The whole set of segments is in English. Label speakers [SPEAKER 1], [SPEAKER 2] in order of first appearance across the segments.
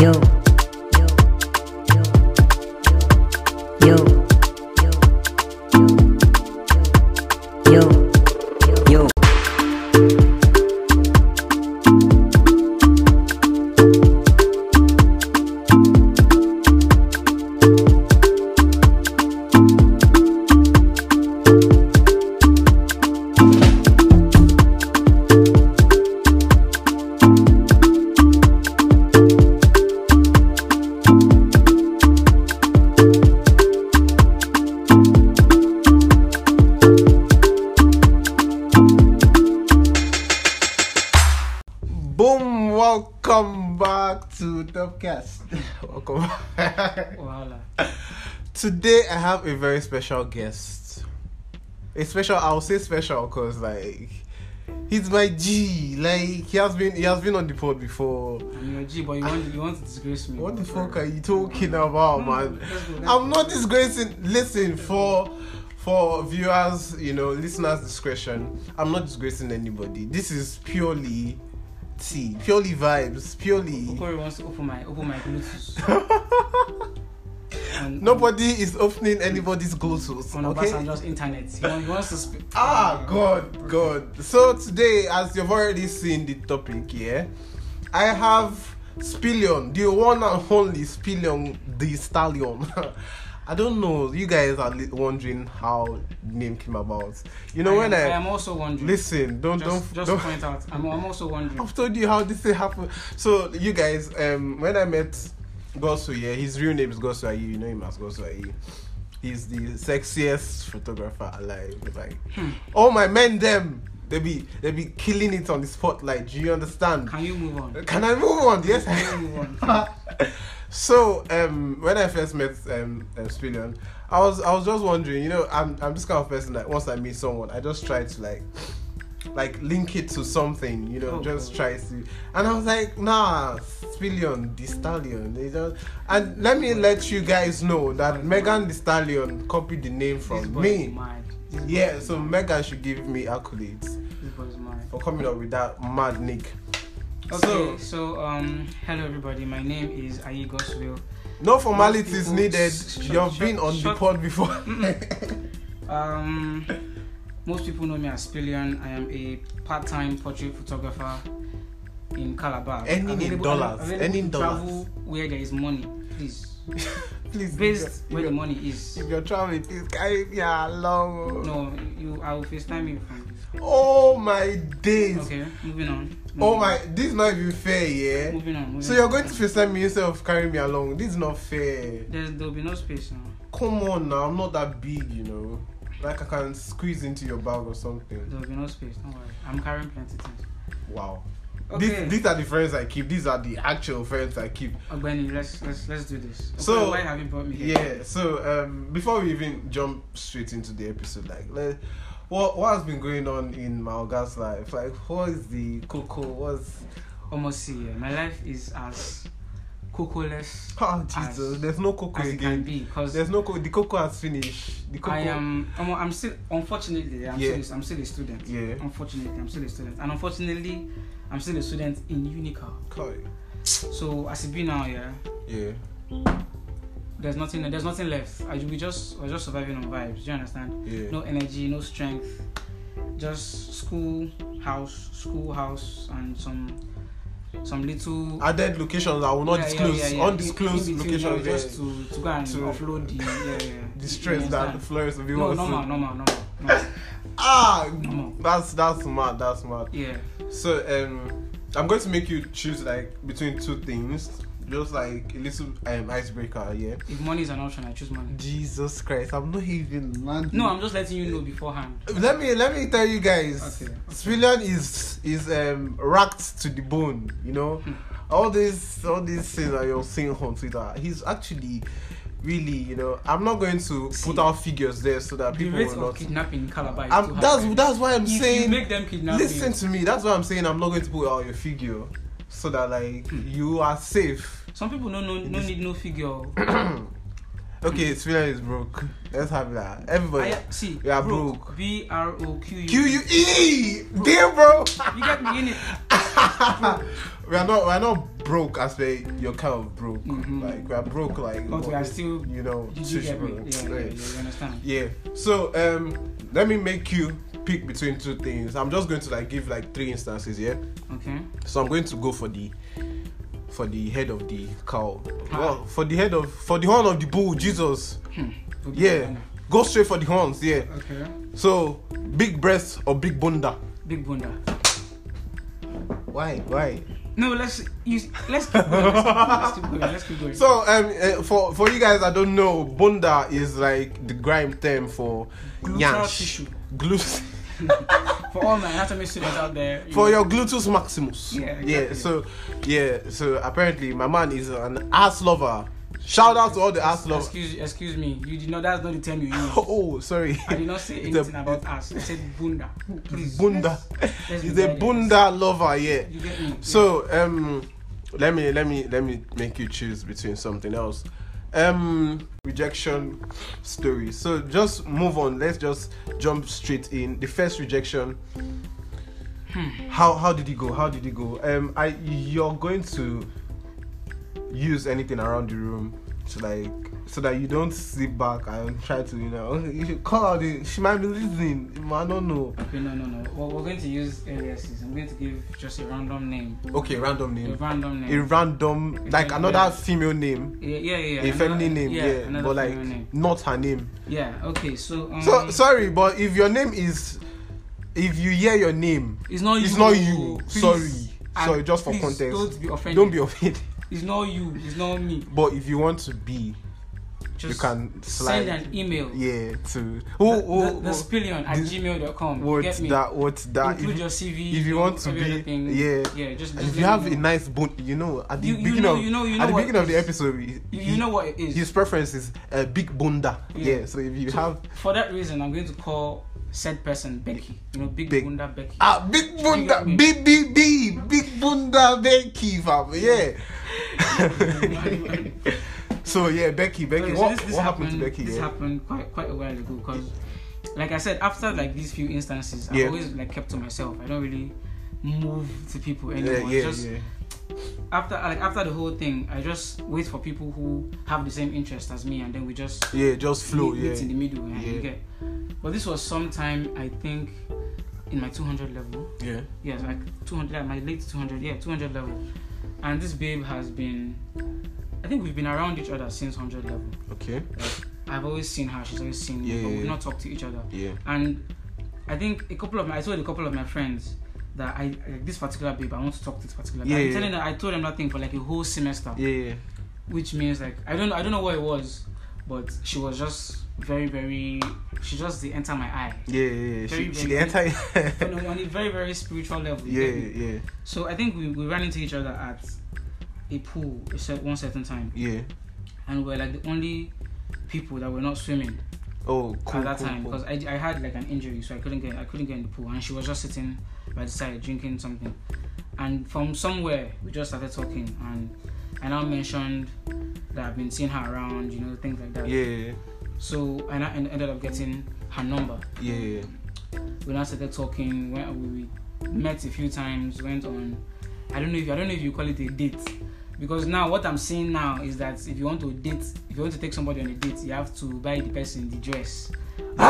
[SPEAKER 1] Yo. Yo. Yo. Yo.
[SPEAKER 2] Boom! Welcome back to Dubcast. Welcome.
[SPEAKER 3] Wala.
[SPEAKER 2] Today I have a very special guest. A special, I'll say special, cause like he's my G. Like he has been, he has been on the pod before.
[SPEAKER 3] I'm your G, but you want you want to disgrace me.
[SPEAKER 2] What the
[SPEAKER 3] bro.
[SPEAKER 2] fuck are you talking about, man?
[SPEAKER 3] let's go, let's
[SPEAKER 2] I'm not disgracing. Listen, for for viewers, you know, listeners' discretion. I'm not disgracing anybody. This is purely tea, purely vibes, purely.
[SPEAKER 3] Corey wants to open my open my Bluetooth. On-
[SPEAKER 2] Nobody is opening anybody's Bluetooth.
[SPEAKER 3] On
[SPEAKER 2] Okay.
[SPEAKER 3] Obasanjo's internet. He wants, he wants to speak.
[SPEAKER 2] Ah, God, God. So today, as you've already seen the topic, yeah, I have Spillion, the one and only Spillion, the stallion. I don't know. You guys are li- wondering how the name came about. You know
[SPEAKER 3] I
[SPEAKER 2] when
[SPEAKER 3] am, I am
[SPEAKER 2] I,
[SPEAKER 3] also wondering.
[SPEAKER 2] listen, don't
[SPEAKER 3] just
[SPEAKER 2] don't
[SPEAKER 3] just to
[SPEAKER 2] don't.
[SPEAKER 3] point out, I'm, I'm also wondering.
[SPEAKER 2] I've told you how this thing happened. So you guys, um, when I met Gosu, yeah, his real name is Gosu Ayu. You know him as Gosu Ayu. He's the sexiest photographer alive. Like, all my men, them, they be they be killing it on the spotlight. Do you understand?
[SPEAKER 3] Can you move on?
[SPEAKER 2] Can I move on? Yes.
[SPEAKER 3] Can you move on?
[SPEAKER 2] so um, when I first met um, uh, Spillion, I was I was just wondering, you know, I'm I'm this kind of person that once I meet someone, I just try to like like link it to something, you know,
[SPEAKER 3] Oh,
[SPEAKER 2] just
[SPEAKER 3] God.
[SPEAKER 2] try to. And I was like, nah, Spillion, the stallion. They just and let me let you guys know that Megan the stallion copied the name
[SPEAKER 3] this
[SPEAKER 2] from
[SPEAKER 3] boy
[SPEAKER 2] me.
[SPEAKER 3] Is mad. This boy
[SPEAKER 2] Yeah,
[SPEAKER 3] is
[SPEAKER 2] so
[SPEAKER 3] mad.
[SPEAKER 2] Megan should give me accolades
[SPEAKER 3] This boy is mad.
[SPEAKER 2] for coming up with that mad nick.
[SPEAKER 3] Okay, so, um, hello everybody. My name is Ayi Goswell.
[SPEAKER 2] No formalities
[SPEAKER 3] Most people-
[SPEAKER 2] needed.
[SPEAKER 3] Shut-
[SPEAKER 2] You've
[SPEAKER 3] shut-
[SPEAKER 2] been on the
[SPEAKER 3] shut-
[SPEAKER 2] pod before.
[SPEAKER 3] Um, most people know me as Pillion. I am a part-time portrait photographer in Calabar.
[SPEAKER 2] Earning in dollars, earning
[SPEAKER 3] to travel
[SPEAKER 2] dollars.
[SPEAKER 3] where there is money, please.
[SPEAKER 2] please,
[SPEAKER 3] Based
[SPEAKER 2] if
[SPEAKER 3] where the
[SPEAKER 2] you're,
[SPEAKER 3] money is.
[SPEAKER 2] if you're traveling, please carry me along.
[SPEAKER 3] No, you. I will FaceTime you from this.
[SPEAKER 2] Oh my days.
[SPEAKER 3] Okay, moving on. Moving
[SPEAKER 2] Oh
[SPEAKER 3] on.
[SPEAKER 2] my, this is not even fair, yeah.
[SPEAKER 3] Moving on. Moving
[SPEAKER 2] So you're
[SPEAKER 3] on.
[SPEAKER 2] going to FaceTime me instead of carrying me along. This is not fair.
[SPEAKER 3] There's, there'll be no space now.
[SPEAKER 2] Come on now, I'm not that big, you know. Like I can squeeze into your bag or something.
[SPEAKER 3] There'll be no space. Don't worry. I'm carrying plenty things.
[SPEAKER 2] Wow.
[SPEAKER 3] Okay.
[SPEAKER 2] These, these are the friends I keep. These are the actual friends I keep.
[SPEAKER 3] Ogbeni, let's let's let's do this. Okay,
[SPEAKER 2] So-
[SPEAKER 3] why have you brought me here?
[SPEAKER 2] Yeah, so um, before we even jump straight into the episode, like, let, what what has been going on in Malga's life? Like, what is the cocoa? What's
[SPEAKER 3] Almost see. Yeah. My life is as cocoaless
[SPEAKER 2] oh Jesus?
[SPEAKER 3] As-
[SPEAKER 2] there's no cocoa
[SPEAKER 3] as it can
[SPEAKER 2] again.
[SPEAKER 3] be because
[SPEAKER 2] There's no cocoa. The cocoa has finished. The cocoa.
[SPEAKER 3] I am. I'm, I'm still. Unfortunately, I'm,
[SPEAKER 2] Yeah.
[SPEAKER 3] still, I'm still a student.
[SPEAKER 2] Yeah.
[SPEAKER 3] Unfortunately, I'm still a student, and unfortunately, I'm still a student in Unical.
[SPEAKER 2] Coy.
[SPEAKER 3] So as it be now, yeah,
[SPEAKER 2] Yeah.
[SPEAKER 3] there's nothing. There's nothing left. I we just we're just surviving on vibes. Do you understand?
[SPEAKER 2] Yeah.
[SPEAKER 3] No energy, no strength. Just school, house, school, house, and some some little.
[SPEAKER 2] Added locations I will not
[SPEAKER 3] Yeah, yeah,
[SPEAKER 2] disclose.
[SPEAKER 3] yeah, yeah.
[SPEAKER 2] Ah, Undisclosed
[SPEAKER 3] In- in between,
[SPEAKER 2] locations.
[SPEAKER 3] no,
[SPEAKER 2] yeah.
[SPEAKER 3] Just to, to go and
[SPEAKER 2] To-
[SPEAKER 3] offload the yeah, yeah, yeah.
[SPEAKER 2] the
[SPEAKER 3] You
[SPEAKER 2] stress that
[SPEAKER 3] understand?
[SPEAKER 2] flows will be
[SPEAKER 3] no,
[SPEAKER 2] also-
[SPEAKER 3] normal, normal, normal, normal.
[SPEAKER 2] Ah,
[SPEAKER 3] Normal.
[SPEAKER 2] that's that's mad. That's mad.
[SPEAKER 3] Yeah.
[SPEAKER 2] So um, I'm going to make you choose like between two things, just like a little um, icebreaker. Yeah.
[SPEAKER 3] If money is an option, I choose money.
[SPEAKER 2] Jesus Christ, I'm not even mad.
[SPEAKER 3] No, I'm just letting you know beforehand.
[SPEAKER 2] Let me let me tell you guys.
[SPEAKER 3] Okay, okay.
[SPEAKER 2] Spillion is is um racked to the bone. You know,
[SPEAKER 3] Hmm.
[SPEAKER 2] all these all these things that you're seeing on Twitter. He's actually really you know. I'm not going to put
[SPEAKER 3] See,
[SPEAKER 2] out figures there so that
[SPEAKER 3] The
[SPEAKER 2] people
[SPEAKER 3] rate
[SPEAKER 2] will
[SPEAKER 3] of
[SPEAKER 2] not.
[SPEAKER 3] kidnapping in Calabar is
[SPEAKER 2] I'm,
[SPEAKER 3] too
[SPEAKER 2] that's
[SPEAKER 3] high. right?
[SPEAKER 2] that's why I'm
[SPEAKER 3] if you
[SPEAKER 2] saying.
[SPEAKER 3] make them kidnap
[SPEAKER 2] Listen
[SPEAKER 3] you,
[SPEAKER 2] to me. That's why I'm saying I'm not going to put out your figure so that like
[SPEAKER 3] Hmm.
[SPEAKER 2] you are safe.
[SPEAKER 3] some people no no, no
[SPEAKER 2] This-
[SPEAKER 3] need no figure. Hmm.
[SPEAKER 2] Okay, Spillion is broke. Let's have that. Everybody.
[SPEAKER 3] I, see,
[SPEAKER 2] we are broke.
[SPEAKER 3] broke. B R O Q U.
[SPEAKER 2] Q U E. Dear bro.
[SPEAKER 3] You get me in it.
[SPEAKER 2] we are not we are not broke as per your kind of broke.
[SPEAKER 3] Mhm.
[SPEAKER 2] Like we are broke like
[SPEAKER 3] But we are still-
[SPEAKER 2] you know
[SPEAKER 3] Did you
[SPEAKER 2] sushi
[SPEAKER 3] get me?
[SPEAKER 2] broke.
[SPEAKER 3] Yeah, yeah, yeah,
[SPEAKER 2] Right.
[SPEAKER 3] you understand?
[SPEAKER 2] Yeah. So um let me make you pick between two things. I'm just going to like give like three instances, yeah?
[SPEAKER 3] Okay.
[SPEAKER 2] So I'm going to go for the for the head of the cow.
[SPEAKER 3] Ah.
[SPEAKER 2] Well, for the head of for the horn of the bull, Jesus.
[SPEAKER 3] Good
[SPEAKER 2] Yeah.
[SPEAKER 3] banana.
[SPEAKER 2] Go straight for the horns, yeah.
[SPEAKER 3] Okay.
[SPEAKER 2] So big breast or big bunda?
[SPEAKER 3] Big bunda.
[SPEAKER 2] Why? Why?
[SPEAKER 3] No, let's use. Let's keep going. Let's keep going. Let's keep going.
[SPEAKER 2] So um uh, for for you guys that don't know, bunda is like the grime term for
[SPEAKER 3] Gluteal
[SPEAKER 2] yansh.
[SPEAKER 3] tissue.
[SPEAKER 2] Glut-
[SPEAKER 3] for all my anatomy students out there, you
[SPEAKER 2] for
[SPEAKER 3] know,
[SPEAKER 2] your gluteus maximus.
[SPEAKER 3] Yeah,
[SPEAKER 2] Yeah.
[SPEAKER 3] exactly.
[SPEAKER 2] So yeah. So apparently my man is an ass lover. Shout out to all the ass lovers.
[SPEAKER 3] Excuse, excuse me. You did not. That's not the term you use.
[SPEAKER 2] Oh, sorry.
[SPEAKER 3] I did not say
[SPEAKER 2] It's a-
[SPEAKER 3] anything about us. I said bunda. Please.
[SPEAKER 2] Bunda.
[SPEAKER 3] let's
[SPEAKER 2] He's
[SPEAKER 3] be
[SPEAKER 2] a
[SPEAKER 3] guided.
[SPEAKER 2] bunda lover, yeah.
[SPEAKER 3] You get me?
[SPEAKER 2] So um let me let me let me make you choose between something else. Um rejection story. So just move on. Let's just jump straight in. The first rejection. How how did it go? How did it go? Um I you're going to use anything around the room to like so that you don't sit back and try to you know you should call out the she might be listening i don't know
[SPEAKER 3] Okay, no, no, no. Well, we're going to use aliases. I'm going to give just a random name.
[SPEAKER 2] okay random
[SPEAKER 3] A
[SPEAKER 2] name
[SPEAKER 3] random
[SPEAKER 2] Mm. a
[SPEAKER 3] name.
[SPEAKER 2] random like
[SPEAKER 3] Yeah.
[SPEAKER 2] another female name
[SPEAKER 3] yeah, yeah, yeah.
[SPEAKER 2] a
[SPEAKER 3] another-
[SPEAKER 2] feminine name yeah,
[SPEAKER 3] another
[SPEAKER 2] but like
[SPEAKER 3] female name.
[SPEAKER 2] not her name
[SPEAKER 3] Yeah. Okay. So. Um,
[SPEAKER 2] so sorry but if your name is if you hear your name
[SPEAKER 3] It's not you.
[SPEAKER 2] it's not you
[SPEAKER 3] Please.
[SPEAKER 2] sorry
[SPEAKER 3] And
[SPEAKER 2] sorry just for
[SPEAKER 3] please
[SPEAKER 2] context
[SPEAKER 3] Don't be offended.
[SPEAKER 2] don't be offended
[SPEAKER 3] It's not you. It's not me.
[SPEAKER 2] but if you want to be
[SPEAKER 3] Just
[SPEAKER 2] you can slide
[SPEAKER 3] send an email.
[SPEAKER 2] yeah to who
[SPEAKER 3] the,
[SPEAKER 2] who
[SPEAKER 3] the spillion at
[SPEAKER 2] this-
[SPEAKER 3] gmail.com.
[SPEAKER 2] what
[SPEAKER 3] Get me.
[SPEAKER 2] that what that
[SPEAKER 3] Include
[SPEAKER 2] if-
[SPEAKER 3] your CV.
[SPEAKER 2] if you want to
[SPEAKER 3] every other
[SPEAKER 2] be-
[SPEAKER 3] thing.
[SPEAKER 2] yeah.
[SPEAKER 3] Yeah. Just.
[SPEAKER 2] and
[SPEAKER 3] just
[SPEAKER 2] if you
[SPEAKER 3] let
[SPEAKER 2] have
[SPEAKER 3] me
[SPEAKER 2] a
[SPEAKER 3] know.
[SPEAKER 2] nice bone you know at the
[SPEAKER 3] You- you
[SPEAKER 2] beginning
[SPEAKER 3] know-
[SPEAKER 2] of
[SPEAKER 3] you know- you know
[SPEAKER 2] at the
[SPEAKER 3] what
[SPEAKER 2] beginning of the
[SPEAKER 3] is-
[SPEAKER 2] episode he-
[SPEAKER 3] You,
[SPEAKER 2] he-
[SPEAKER 3] you know what it is.
[SPEAKER 2] his preference is a big bunda yeah.
[SPEAKER 3] Yeah.
[SPEAKER 2] so if you
[SPEAKER 3] So,
[SPEAKER 2] have
[SPEAKER 3] For that reason, I'm going to call said person Becky. You know, Big,
[SPEAKER 2] Big-
[SPEAKER 3] Bunda Becky.
[SPEAKER 2] Ah, Big Bunda,
[SPEAKER 3] You get me?
[SPEAKER 2] BBB, Big Bunda Becky, fam. Yeah. so yeah, Becky, Becky.
[SPEAKER 3] Okay, so
[SPEAKER 2] what
[SPEAKER 3] this, this
[SPEAKER 2] what happened,
[SPEAKER 3] happened,
[SPEAKER 2] to Becky?
[SPEAKER 3] This
[SPEAKER 2] Yeah.
[SPEAKER 3] happened quite quite a while ago because, like I said, after like these few instances,
[SPEAKER 2] Yeah.
[SPEAKER 3] I've always like kept to myself. I don't really move to people anymore.
[SPEAKER 2] yeah, yeah,
[SPEAKER 3] just
[SPEAKER 2] yeah.
[SPEAKER 3] after like after the whole thing, I just wait for people who have the same interest as me, and then we just
[SPEAKER 2] Yeah, just flow.
[SPEAKER 3] meet, meet in the
[SPEAKER 2] Yeah,
[SPEAKER 3] middle. And
[SPEAKER 2] Yeah.
[SPEAKER 3] you get. But this was sometime I think in my 200 level.
[SPEAKER 2] yeah.
[SPEAKER 3] yes, like 200, like my late 200, yeah, 200 level. And this babe has been, I think we've been around each other since 100 level.
[SPEAKER 2] Okay.
[SPEAKER 3] I've always seen her, she's always seen me,
[SPEAKER 2] Yeah,
[SPEAKER 3] but
[SPEAKER 2] yeah,
[SPEAKER 3] we've
[SPEAKER 2] yeah.
[SPEAKER 3] not talked to each other.
[SPEAKER 2] Yeah.
[SPEAKER 3] And I think a couple of my, I told a couple of my friends that I, like this particular babe, I want to talk to this particular.
[SPEAKER 2] Yeah,
[SPEAKER 3] I'm
[SPEAKER 2] yeah.
[SPEAKER 3] telling her, I told them that thing for like a whole semester,
[SPEAKER 2] Yeah, yeah.
[SPEAKER 3] which means like, I don't, I don't know what it was, but she was just very, very, she just did enter my eye.
[SPEAKER 2] Yeah, yeah, yeah. She,
[SPEAKER 3] Very,
[SPEAKER 2] she
[SPEAKER 3] very-
[SPEAKER 2] enter.
[SPEAKER 3] on a on a very, very spiritual level. you
[SPEAKER 2] yeah,
[SPEAKER 3] get me?
[SPEAKER 2] yeah,
[SPEAKER 3] So I think we, we ran into each other at a pool a cer- one certain time,
[SPEAKER 2] yeah.
[SPEAKER 3] and we were like the only people that were not swimming
[SPEAKER 2] Oh, cool.
[SPEAKER 3] at that
[SPEAKER 2] cool,
[SPEAKER 3] time
[SPEAKER 2] cool.
[SPEAKER 3] because I, I had like an injury, so I couldn't get I couldn't get in the pool, and she was just sitting by the side drinking something, and from somewhere we just started talking, and I now mentioned that I've been seeing her around, you know, things like that.
[SPEAKER 2] Yeah, yeah,
[SPEAKER 3] So and I en- ended up getting her number.
[SPEAKER 2] yeah, yeah.
[SPEAKER 3] we now started talking when we met a few times went on i don't know if i don't know if you call it a date because now what i'm seeing now is that if you want to date if you want to take somebody on a date you have to buy the person the dress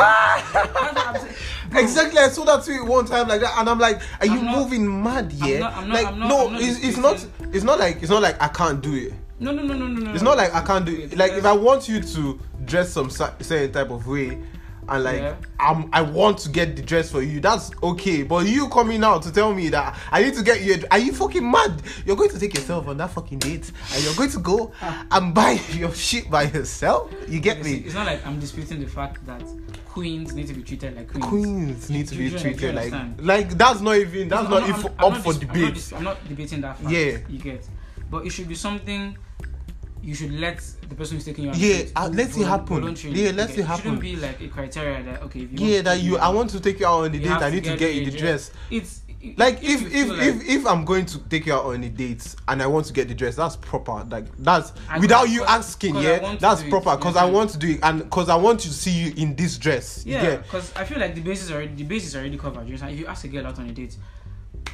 [SPEAKER 3] That's what I'm saying.
[SPEAKER 2] Exactly, I saw that tweet one time like that, and I'm like, "Are you
[SPEAKER 3] I'm not-
[SPEAKER 2] moving mad? Yeah,
[SPEAKER 3] not- I'm not-
[SPEAKER 2] like
[SPEAKER 3] I'm not-
[SPEAKER 2] no,
[SPEAKER 3] I'm not
[SPEAKER 2] it's, it's not,
[SPEAKER 3] disputing.
[SPEAKER 2] it's not like it's not like I can't do it.
[SPEAKER 3] no no no no no no
[SPEAKER 2] It's
[SPEAKER 3] no.
[SPEAKER 2] not like I can't do it.
[SPEAKER 3] Wait,
[SPEAKER 2] Like if I
[SPEAKER 3] let's-
[SPEAKER 2] want you to dress some sa- certain type of way, and like
[SPEAKER 3] Yeah.
[SPEAKER 2] I'm, I want to get the dress for you. That's okay. But you coming out to tell me that I need to get you. a- Are you fucking mad? You're going to take yourself on that fucking date, and you're going to go and buy your shit by yourself. You get
[SPEAKER 3] it's,
[SPEAKER 2] me?
[SPEAKER 3] it's not like i'm disputing the fact that queens need to be treated like queens
[SPEAKER 2] Queens need to be
[SPEAKER 3] You- you
[SPEAKER 2] treated like
[SPEAKER 3] understand?
[SPEAKER 2] like that's not even that's
[SPEAKER 3] No,
[SPEAKER 2] not
[SPEAKER 3] I'm
[SPEAKER 2] if
[SPEAKER 3] I'm
[SPEAKER 2] up
[SPEAKER 3] not
[SPEAKER 2] for
[SPEAKER 3] dis- I'm not,
[SPEAKER 2] debate.
[SPEAKER 3] dis- I'm not debating that fact.
[SPEAKER 2] Yeah.
[SPEAKER 3] you get, but it should be something you should let the person who's taking you. on
[SPEAKER 2] Yeah,
[SPEAKER 3] date
[SPEAKER 2] uh,
[SPEAKER 3] do
[SPEAKER 2] let it
[SPEAKER 3] volun-
[SPEAKER 2] happen.
[SPEAKER 3] voluntarily,
[SPEAKER 2] Yeah,
[SPEAKER 3] you
[SPEAKER 2] let
[SPEAKER 3] get.
[SPEAKER 2] it happen.
[SPEAKER 3] shouldn't be like a criteria that okay, if you
[SPEAKER 2] Yeah,
[SPEAKER 3] want
[SPEAKER 2] that
[SPEAKER 3] to
[SPEAKER 2] you.
[SPEAKER 3] do
[SPEAKER 2] I
[SPEAKER 3] it,
[SPEAKER 2] want to take you out on the
[SPEAKER 3] you
[SPEAKER 2] date.
[SPEAKER 3] have
[SPEAKER 2] I
[SPEAKER 3] to
[SPEAKER 2] need to get
[SPEAKER 3] a
[SPEAKER 2] you the dress.
[SPEAKER 3] It's
[SPEAKER 2] like if
[SPEAKER 3] you
[SPEAKER 2] if
[SPEAKER 3] feel
[SPEAKER 2] if,
[SPEAKER 3] like-
[SPEAKER 2] if I'm going to take you out on a date and I want to get the dress, that's proper. Like that's
[SPEAKER 3] I-
[SPEAKER 2] without you
[SPEAKER 3] because-
[SPEAKER 2] asking,
[SPEAKER 3] because I
[SPEAKER 2] yeah,
[SPEAKER 3] want to
[SPEAKER 2] that's
[SPEAKER 3] do it,
[SPEAKER 2] proper. Cause
[SPEAKER 3] yeah.
[SPEAKER 2] I want to do it and cause I want to see you in this dress.
[SPEAKER 3] yeah,
[SPEAKER 2] Yeah.
[SPEAKER 3] because I feel like the base is already the base is already covered. You understand? If you ask a girl out on a date,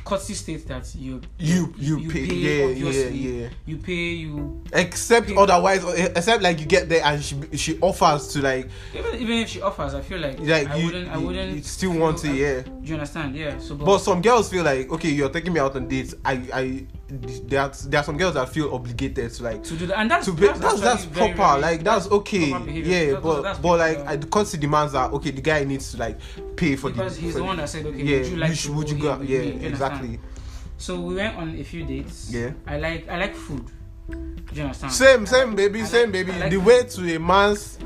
[SPEAKER 3] courtesy state that you
[SPEAKER 2] You you, pay, yeah
[SPEAKER 3] obviously.
[SPEAKER 2] yeah yeah.
[SPEAKER 3] You pay, you
[SPEAKER 2] Except
[SPEAKER 3] Pay-
[SPEAKER 2] otherwise, except like you get there and she she offers to like
[SPEAKER 3] even even if she offers, I feel like,
[SPEAKER 2] like
[SPEAKER 3] I
[SPEAKER 2] you,
[SPEAKER 3] wouldn't I
[SPEAKER 2] you-
[SPEAKER 3] wouldn't
[SPEAKER 2] you still want to
[SPEAKER 3] feel-
[SPEAKER 2] yeah.
[SPEAKER 3] Do you understand? Yeah. So but,
[SPEAKER 2] But some girls feel like okay, you're taking me out on dates. I I there are, there are some girls that feel obligated to like
[SPEAKER 3] to do that and that's
[SPEAKER 2] to be,
[SPEAKER 3] that's,
[SPEAKER 2] that's that's,
[SPEAKER 3] actually very,
[SPEAKER 2] proper
[SPEAKER 3] very-
[SPEAKER 2] like that's okay
[SPEAKER 3] proper behavior.
[SPEAKER 2] yeah
[SPEAKER 3] That-
[SPEAKER 2] but
[SPEAKER 3] that's
[SPEAKER 2] but like
[SPEAKER 3] proper.
[SPEAKER 2] I because the demands are okay the guy needs to like pay for
[SPEAKER 3] because
[SPEAKER 2] the
[SPEAKER 3] he's
[SPEAKER 2] for
[SPEAKER 3] the one that said, okay,
[SPEAKER 2] yeah
[SPEAKER 3] would you like
[SPEAKER 2] should-
[SPEAKER 3] to
[SPEAKER 2] would
[SPEAKER 3] go
[SPEAKER 2] you go
[SPEAKER 3] here
[SPEAKER 2] out
[SPEAKER 3] with
[SPEAKER 2] yeah
[SPEAKER 3] me? Do you understand?
[SPEAKER 2] exactly
[SPEAKER 3] So we went on a few dates.
[SPEAKER 2] Yeah.
[SPEAKER 3] I like I like food. Do you understand?
[SPEAKER 2] same same baby
[SPEAKER 3] I like-
[SPEAKER 2] same
[SPEAKER 3] I
[SPEAKER 2] baby
[SPEAKER 3] like-
[SPEAKER 2] the way to a man's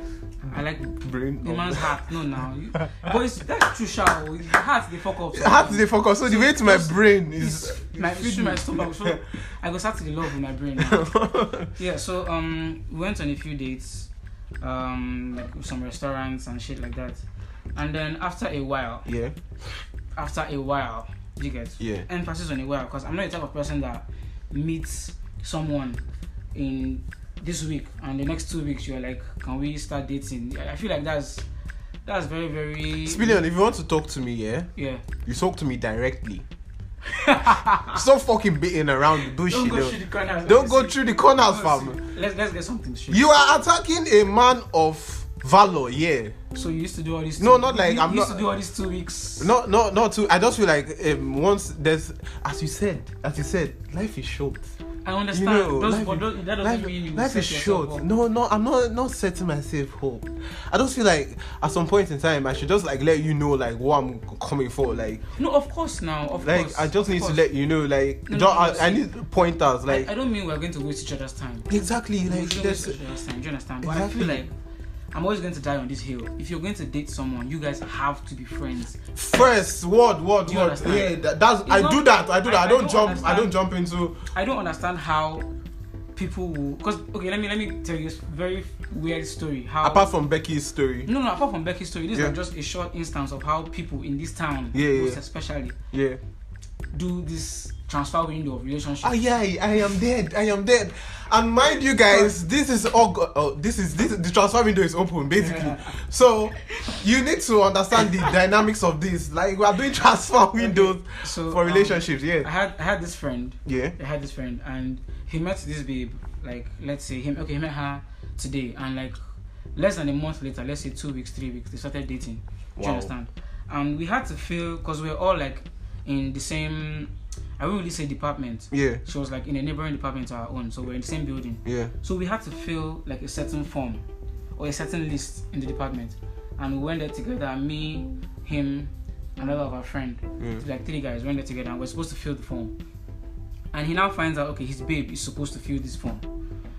[SPEAKER 3] I like
[SPEAKER 2] brain
[SPEAKER 3] the man's heart. No, now, but it's, that's true, Sha. oh. Heart the fuck up.
[SPEAKER 2] how to focus so the way to my
[SPEAKER 3] Just-
[SPEAKER 2] brain
[SPEAKER 3] It's-
[SPEAKER 2] is
[SPEAKER 3] my it's through my stomach. So I go start to the love in my brain. now. yeah. So um, we went on a few dates, um, like with some restaurants and shit like that, and then after a while,
[SPEAKER 2] yeah
[SPEAKER 3] after a while, you get
[SPEAKER 2] yeah
[SPEAKER 3] emphasis on a while because I'm not the type of person that meets someone in this week and the next two weeks you're like, can we start dating? I I feel like that's that's very very
[SPEAKER 2] Spillion if you want to talk to me yeah
[SPEAKER 3] yeah.
[SPEAKER 2] you talk to me directly stop fucking beating around the bush
[SPEAKER 3] Don't
[SPEAKER 2] you
[SPEAKER 3] go
[SPEAKER 2] know.
[SPEAKER 3] through the corners.
[SPEAKER 2] Don't go through the corners,
[SPEAKER 3] Let's-
[SPEAKER 2] fam.
[SPEAKER 3] Let's let's get something straight.
[SPEAKER 2] you are attacking a man of valor yeah
[SPEAKER 3] so you used to do all these.
[SPEAKER 2] No,
[SPEAKER 3] two-
[SPEAKER 2] not like-
[SPEAKER 3] you,
[SPEAKER 2] I'm
[SPEAKER 3] you used
[SPEAKER 2] not-
[SPEAKER 3] to do all these two weeks.
[SPEAKER 2] No, no, no. Too. I just feel like um, once there's, as you said, as you said, life is short.
[SPEAKER 3] I
[SPEAKER 2] You
[SPEAKER 3] understand.
[SPEAKER 2] know,
[SPEAKER 3] Those-
[SPEAKER 2] life,
[SPEAKER 3] but those- that doesn't
[SPEAKER 2] life,
[SPEAKER 3] mean you
[SPEAKER 2] life
[SPEAKER 3] set
[SPEAKER 2] is
[SPEAKER 3] yourself
[SPEAKER 2] short.
[SPEAKER 3] up.
[SPEAKER 2] No, no. I'm not not setting myself hope. I just feel like at some point in time, I should just like let you know like what I'm coming for. Like,
[SPEAKER 3] No, of course now. Of
[SPEAKER 2] like
[SPEAKER 3] course.
[SPEAKER 2] I just
[SPEAKER 3] of
[SPEAKER 2] need to
[SPEAKER 3] course.
[SPEAKER 2] let you know. Like,
[SPEAKER 3] No, no,
[SPEAKER 2] don't-
[SPEAKER 3] no,
[SPEAKER 2] I, I
[SPEAKER 3] see.
[SPEAKER 2] need pointers. Like,
[SPEAKER 3] I, I don't mean we're going to waste each other's time.
[SPEAKER 2] exactly.
[SPEAKER 3] We
[SPEAKER 2] Like,
[SPEAKER 3] shouldn't
[SPEAKER 2] there's,
[SPEAKER 3] waste each other's time. Do you understand? But I feel like
[SPEAKER 2] Exactly.
[SPEAKER 3] I'm always going to die on this hill. If you're going to date someone, you guys have to be friends.
[SPEAKER 2] first word, word,
[SPEAKER 3] Do you
[SPEAKER 2] word.
[SPEAKER 3] understand?
[SPEAKER 2] Yeah, that, that's.
[SPEAKER 3] It's
[SPEAKER 2] I
[SPEAKER 3] not-
[SPEAKER 2] do that. I do
[SPEAKER 3] I-
[SPEAKER 2] that. I,
[SPEAKER 3] I
[SPEAKER 2] don't
[SPEAKER 3] don't
[SPEAKER 2] jump. I
[SPEAKER 3] understand.
[SPEAKER 2] don't jump into.
[SPEAKER 3] I don't understand how people will. Cause okay, let me let me tell you this very weird story. How
[SPEAKER 2] Apart from Becky's story.
[SPEAKER 3] no no apart from Becky's story, this
[SPEAKER 2] Yeah.
[SPEAKER 3] is like just a short instance of how people in this town,
[SPEAKER 2] Yeah, yeah,
[SPEAKER 3] most
[SPEAKER 2] yeah.
[SPEAKER 3] especially,
[SPEAKER 2] Yeah.
[SPEAKER 3] do this transfer window of relationship.
[SPEAKER 2] Aye, aye, I am dead. I am dead. And mind you guys, this is all. Oh, this is this. The transfer window is open basically. So you need to understand the dynamics of this. Like we are doing transfer windows
[SPEAKER 3] so,
[SPEAKER 2] for
[SPEAKER 3] um,
[SPEAKER 2] relationships.
[SPEAKER 3] I
[SPEAKER 2] yeah.
[SPEAKER 3] had I had this friend.
[SPEAKER 2] Yeah.
[SPEAKER 3] I had this friend, and he met this babe. Like, let's say him. Okay, he met her today, and like less than a month later, let's say two weeks, three weeks, they started dating. Do you
[SPEAKER 2] Wow.
[SPEAKER 3] understand? And we had to feel because we are all like in the same. I won't really say department.
[SPEAKER 2] Yeah.
[SPEAKER 3] She was like in a neighboring department to our own, so we're in the same building.
[SPEAKER 2] Yeah.
[SPEAKER 3] So we had to fill like a certain form or a certain list in the department, and we went there together. Me, him, another of our friend,
[SPEAKER 2] Mm.
[SPEAKER 3] like three guys went there together, and we're supposed to fill the form. And he now finds out okay, his babe is supposed to fill this form,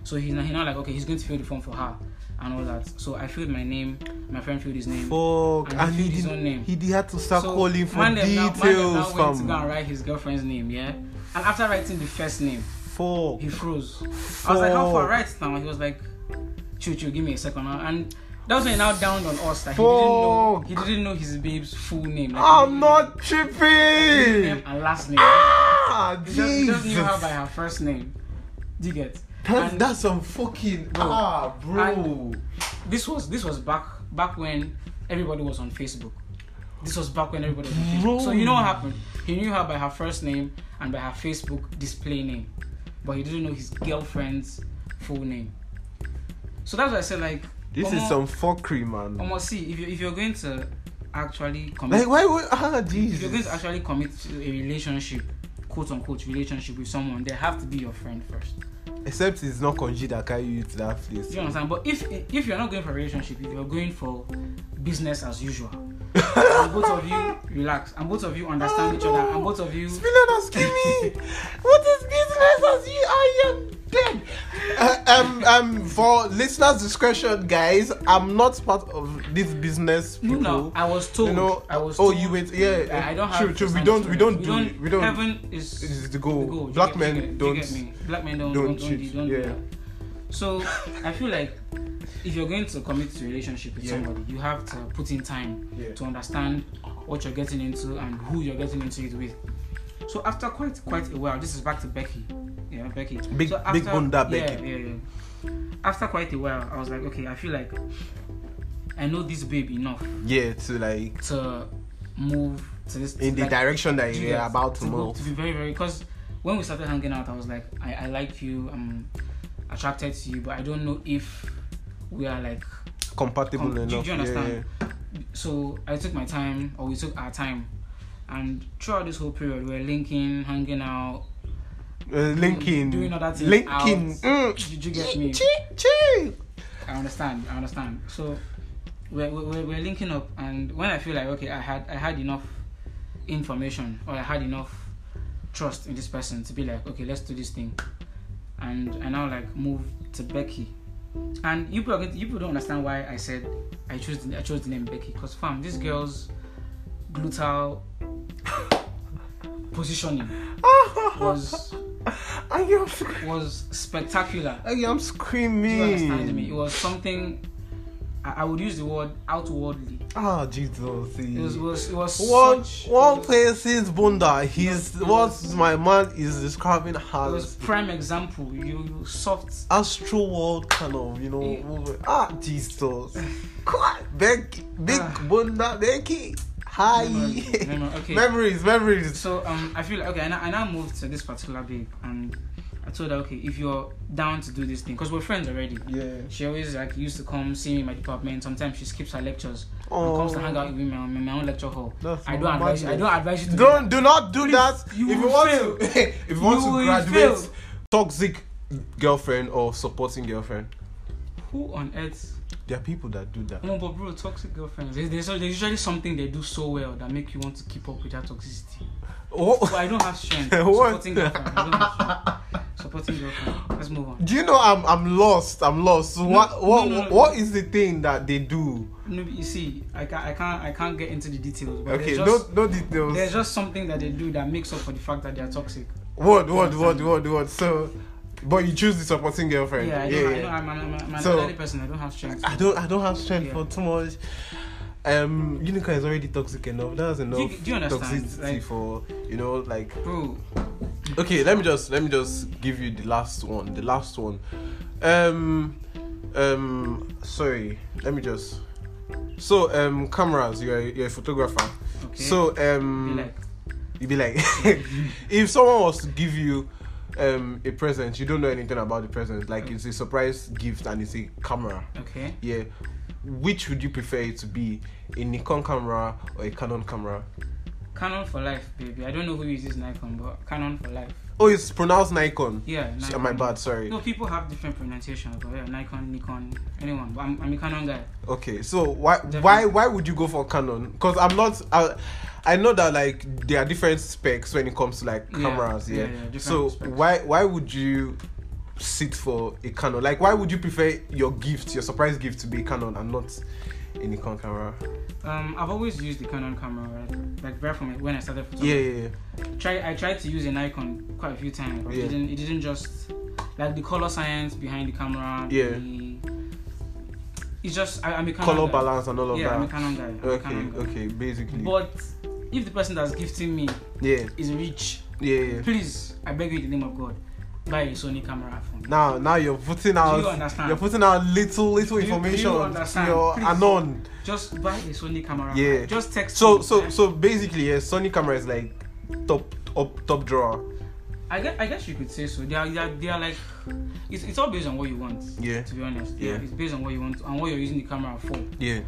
[SPEAKER 3] so he's now, he now like okay, he's going to fill the form for her and all that. So I filled my name, my friend filled his name.
[SPEAKER 2] Fuck.
[SPEAKER 3] And
[SPEAKER 2] And
[SPEAKER 3] he
[SPEAKER 2] he
[SPEAKER 3] did his own
[SPEAKER 2] did.
[SPEAKER 3] name.
[SPEAKER 2] He did had to start
[SPEAKER 3] So,
[SPEAKER 2] calling for
[SPEAKER 3] man them now- man them
[SPEAKER 2] details
[SPEAKER 3] now went to go and
[SPEAKER 2] from.
[SPEAKER 3] write his girlfriend's name, yeah. And after writing the first name,
[SPEAKER 2] Fuck.
[SPEAKER 3] he froze. I was like, how
[SPEAKER 2] Fuck.
[SPEAKER 3] far right now? He was like, chill, chill, give me a second. now." And that was when it now downed on us that
[SPEAKER 2] Fuck. Ah,
[SPEAKER 3] he didn't know he didn't know his babe's full name. Like, he
[SPEAKER 2] I'm
[SPEAKER 3] didn't
[SPEAKER 2] not
[SPEAKER 3] know his
[SPEAKER 2] tripping.
[SPEAKER 3] name and last name.
[SPEAKER 2] Ah,
[SPEAKER 3] he, just, he just knew her
[SPEAKER 2] Jesus.
[SPEAKER 3] by her uh, first name. Do you get?
[SPEAKER 2] That's,
[SPEAKER 3] And Oh.
[SPEAKER 2] that's some fucking ah, bro.
[SPEAKER 3] And- this was this was back back when everybody was on Facebook. This was back when everybody was on Facebook. So you know what happened? He knew her by her first name and by her Facebook display name, but he didn't know his girlfriend's full name. So that's why I said like
[SPEAKER 2] This is
[SPEAKER 3] omo-
[SPEAKER 2] some fuckery, man.
[SPEAKER 3] omo, see if you if you're going to actually commit
[SPEAKER 2] Like, why would ah
[SPEAKER 3] if you're going
[SPEAKER 2] Jesus?
[SPEAKER 3] to actually commit to a relationship, quote unquote relationship with someone, they have to be your friend first.
[SPEAKER 2] Except it's not Konji that carry you to that
[SPEAKER 3] Do
[SPEAKER 2] place.
[SPEAKER 3] you understand? But if if you're not going for a relationship, if you're going for business as usual, and both of you relax, and both of you understand each other, and both of you
[SPEAKER 2] Spillion has given me. What is business as you? I am dead. Uh, um, um, for listeners' discretion, guys, I'm not part of this business.
[SPEAKER 3] No,
[SPEAKER 2] People.
[SPEAKER 3] no, I was told.
[SPEAKER 2] You know,
[SPEAKER 3] I was.
[SPEAKER 2] oh,
[SPEAKER 3] told,
[SPEAKER 2] you wait, yeah, uh,
[SPEAKER 3] I- I don't
[SPEAKER 2] true,
[SPEAKER 3] have.
[SPEAKER 2] true, we
[SPEAKER 3] first-hand
[SPEAKER 2] don't- we don't
[SPEAKER 3] experience.
[SPEAKER 2] do- we don't-
[SPEAKER 3] Heaven is.
[SPEAKER 2] This is the goal.
[SPEAKER 3] the goal. You
[SPEAKER 2] Black
[SPEAKER 3] get-
[SPEAKER 2] men
[SPEAKER 3] you get- you
[SPEAKER 2] don't-
[SPEAKER 3] get me. Black men don't.
[SPEAKER 2] don't
[SPEAKER 3] Don't, don't,
[SPEAKER 2] cheat,
[SPEAKER 3] do- don't do
[SPEAKER 2] yeah.
[SPEAKER 3] that. So I feel like if you're going to commit to a relationship with
[SPEAKER 2] Yeah.
[SPEAKER 3] somebody, you have to put in time
[SPEAKER 2] Yeah.
[SPEAKER 3] to understand what you're getting into and who you're getting into it with. So after quite quite a while, this is back to Becky. Yeah, Becky.
[SPEAKER 2] Big-
[SPEAKER 3] so
[SPEAKER 2] big bunda
[SPEAKER 3] yeah,
[SPEAKER 2] Becky.
[SPEAKER 3] Yeah, yeah. After quite a while, I was like, okay, I feel like I know this babe enough
[SPEAKER 2] Yeah, to like
[SPEAKER 3] to move to this
[SPEAKER 2] in the
[SPEAKER 3] like,
[SPEAKER 2] direction that
[SPEAKER 3] do
[SPEAKER 2] you're
[SPEAKER 3] that,
[SPEAKER 2] about to
[SPEAKER 3] go-
[SPEAKER 2] move.
[SPEAKER 3] To be very, very, because when we started hanging out, I was like, I, I like you, I'm attracted to you, but I don't know if we are like.
[SPEAKER 2] Compatible
[SPEAKER 3] com- do,
[SPEAKER 2] enough.
[SPEAKER 3] do you understand?
[SPEAKER 2] Yeah, yeah.
[SPEAKER 3] So I took my time, or we took our time, and throughout this whole period, we were linking, hanging out.
[SPEAKER 2] Uh, linking.
[SPEAKER 3] doing other things
[SPEAKER 2] Linking.
[SPEAKER 3] out.
[SPEAKER 2] Mm.
[SPEAKER 3] Did you get me?
[SPEAKER 2] Chi, chi.
[SPEAKER 3] I understand. I understand. So we're, we're, we're linking up, and when I feel like okay, I had I had enough information or I had enough trust in this person to be like okay, let's do this thing, and I now like move to Becky, and you people are going- you people don't understand why I said I chose the, I chose the name Becky because fam this girl's gluteal positioning
[SPEAKER 2] Ah.
[SPEAKER 3] was
[SPEAKER 2] I am, sc-
[SPEAKER 3] was spectacular.
[SPEAKER 2] I am
[SPEAKER 3] Do
[SPEAKER 2] screaming.
[SPEAKER 3] you understand me? It was something. I, I would use the word outwardly.
[SPEAKER 2] Ah, Jesus.
[SPEAKER 3] It was. It was. It was
[SPEAKER 2] One,
[SPEAKER 3] such,
[SPEAKER 2] one
[SPEAKER 3] it was,
[SPEAKER 2] place is Bunda. He's
[SPEAKER 3] No, it
[SPEAKER 2] what
[SPEAKER 3] was-
[SPEAKER 2] my man is describing
[SPEAKER 3] it was
[SPEAKER 2] as
[SPEAKER 3] prime example. You, you soft.
[SPEAKER 2] astro world kind of, you know.
[SPEAKER 3] Yeah.
[SPEAKER 2] movement. Ah, Jesus. God, Becky, big
[SPEAKER 3] Ah.
[SPEAKER 2] Bunda, Becky. Hi.
[SPEAKER 3] Memory, memory, okay.
[SPEAKER 2] memories, memories.
[SPEAKER 3] So um, I feel like okay. I now, I now moved to this particular babe, and I told her okay, if you're down to do this thing, because we're friends already.
[SPEAKER 2] Yeah.
[SPEAKER 3] She always like used to come see me in my department. Sometimes she skips her lectures and comes to
[SPEAKER 2] Oh.
[SPEAKER 3] hang out with me in my, in my own lecture hall.
[SPEAKER 2] That's
[SPEAKER 3] I don't advise. You, I don't advise you to do that.
[SPEAKER 2] Don't do not do that.
[SPEAKER 3] you
[SPEAKER 2] if you
[SPEAKER 3] will
[SPEAKER 2] want
[SPEAKER 3] fail.
[SPEAKER 2] to, if you want
[SPEAKER 3] You
[SPEAKER 2] to
[SPEAKER 3] will
[SPEAKER 2] graduate,
[SPEAKER 3] fail.
[SPEAKER 2] toxic girlfriend or supporting girlfriend.
[SPEAKER 3] Who on earth?
[SPEAKER 2] There are people that do that.
[SPEAKER 3] No, but bro, toxic girlfriends. There's, there's, there's usually something they do so well that make you want to keep up with that toxicity. But
[SPEAKER 2] Oh,
[SPEAKER 3] I don't have strength.
[SPEAKER 2] What?
[SPEAKER 3] Supporting girlfriend. I don't have strength. Supporting girlfriend. Let's move on.
[SPEAKER 2] do you know I'm I'm lost. I'm lost. what
[SPEAKER 3] no,
[SPEAKER 2] what
[SPEAKER 3] no, no.
[SPEAKER 2] what is the thing that they do?
[SPEAKER 3] No, but you see, I can't, I can't, I can't get into the details. But
[SPEAKER 2] Okay,
[SPEAKER 3] there's just,
[SPEAKER 2] no no details.
[SPEAKER 3] there's just something that they do that makes up for the fact that they are toxic.
[SPEAKER 2] Word word word word word. So, but you choose the supporting girlfriend.
[SPEAKER 3] Yeah, I don't, I don't, I'm, an- I'm, an- I'm an
[SPEAKER 2] So- Ah.
[SPEAKER 3] elderly person. I don't have strength.
[SPEAKER 2] I don't I don't have strength
[SPEAKER 3] Yeah.
[SPEAKER 2] for too much. Um, Unica is already toxic enough. That's enough
[SPEAKER 3] do you understand?
[SPEAKER 2] toxicity
[SPEAKER 3] Like-
[SPEAKER 2] for you know like
[SPEAKER 3] Bro,
[SPEAKER 2] okay let me just let me just give you the last one the last one um um sorry let me just so um cameras you're a- you're a photographer
[SPEAKER 3] okay.
[SPEAKER 2] so
[SPEAKER 3] Be
[SPEAKER 2] um
[SPEAKER 3] like,
[SPEAKER 2] you'd be like if someone was to give you um a present you don't know anything about the present like it's a surprise gift and it's a camera
[SPEAKER 3] okay.
[SPEAKER 2] yeah which would you prefer it to be a nikon camera or a canon camera
[SPEAKER 3] Canon for life, baby. I don't know who uses Nikon, but Canon for life.
[SPEAKER 2] oh it's pronounced nikon
[SPEAKER 3] Yeah.
[SPEAKER 2] Sh- my bad sorry
[SPEAKER 3] No, people have different pronunciations, but yeah, Nikon, Nikon, anyone. But I'm, I'm a Canon guy.
[SPEAKER 2] Okay, so why
[SPEAKER 3] Definitely.
[SPEAKER 2] why why would you go for Canon? Because I'm not. I, I know that like there are different specs when it comes to like
[SPEAKER 3] Yeah,
[SPEAKER 2] cameras. Yeah.
[SPEAKER 3] yeah, yeah, different
[SPEAKER 2] so
[SPEAKER 3] specs.
[SPEAKER 2] why why would you sit for a Canon? Like why would you prefer your gift, your surprise gift, to be a Canon and not a Nikon camera?
[SPEAKER 3] Um, I've always used the Canon camera, like, like right from when I started photography.
[SPEAKER 2] Yeah, yeah, yeah.
[SPEAKER 3] Try, I tried to use a Nikon quite a few times, but
[SPEAKER 2] Yeah.
[SPEAKER 3] it didn't. It didn't just like the color science behind the camera.
[SPEAKER 2] Yeah.
[SPEAKER 3] The, it's just I, I'm a Canon
[SPEAKER 2] color
[SPEAKER 3] guy.
[SPEAKER 2] balance and all of
[SPEAKER 3] Yeah, I'm a
[SPEAKER 2] that.
[SPEAKER 3] Canon guy. I'm a Canon
[SPEAKER 2] Okay,
[SPEAKER 3] guy.
[SPEAKER 2] okay, basically.
[SPEAKER 3] But if the person that's gifting me
[SPEAKER 2] yeah,
[SPEAKER 3] is rich,
[SPEAKER 2] yeah, yeah.
[SPEAKER 3] please, I beg you in the name of God, buy a Sony camera for me.
[SPEAKER 2] Now, now you're putting out.
[SPEAKER 3] understand?
[SPEAKER 2] are putting out little, little
[SPEAKER 3] Do you- do you
[SPEAKER 2] information.
[SPEAKER 3] understand?
[SPEAKER 2] to your
[SPEAKER 3] Please.
[SPEAKER 2] anon.
[SPEAKER 3] Just buy a Sony camera.
[SPEAKER 2] Yeah.
[SPEAKER 3] Just text.
[SPEAKER 2] So
[SPEAKER 3] me.
[SPEAKER 2] so so basically, yeah, Sony camera is like top up top drawer.
[SPEAKER 3] I guess, I guess you could say so. They are, they are, they are like, it's, it's all based on what you want.
[SPEAKER 2] Yeah.
[SPEAKER 3] To be honest.
[SPEAKER 2] Yeah.
[SPEAKER 3] It's based on what you want and what you're using the camera for.
[SPEAKER 2] Yeah.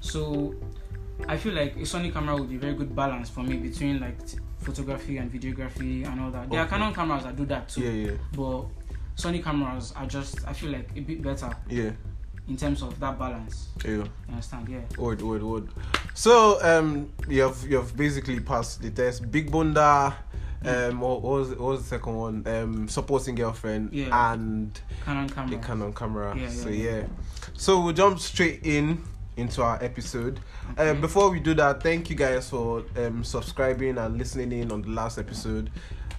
[SPEAKER 3] So, I feel like a Sony camera would be very good balance for me between like t- photography and videography and all that. There are
[SPEAKER 2] Okay.
[SPEAKER 3] Canon cameras that do that too.
[SPEAKER 2] Yeah, yeah,
[SPEAKER 3] But Sony cameras are just, I feel like a bit better
[SPEAKER 2] yeah,
[SPEAKER 3] in terms of that balance.
[SPEAKER 2] yeah.
[SPEAKER 3] You understand? Yeah.
[SPEAKER 2] Word, word, word. So um, you've you've basically passed the test. Big Bunda, um, what what was what was the second one? Um, supporting girlfriend
[SPEAKER 3] Yeah.
[SPEAKER 2] and
[SPEAKER 3] Canon
[SPEAKER 2] the
[SPEAKER 3] camera.
[SPEAKER 2] Canon camera.
[SPEAKER 3] Yeah, yeah,
[SPEAKER 2] so
[SPEAKER 3] yeah.
[SPEAKER 2] yeah. So we'll jump straight in into our episode. Um,
[SPEAKER 3] Okay.
[SPEAKER 2] before we do that, thank you guys for um, subscribing and listening in on the last episode.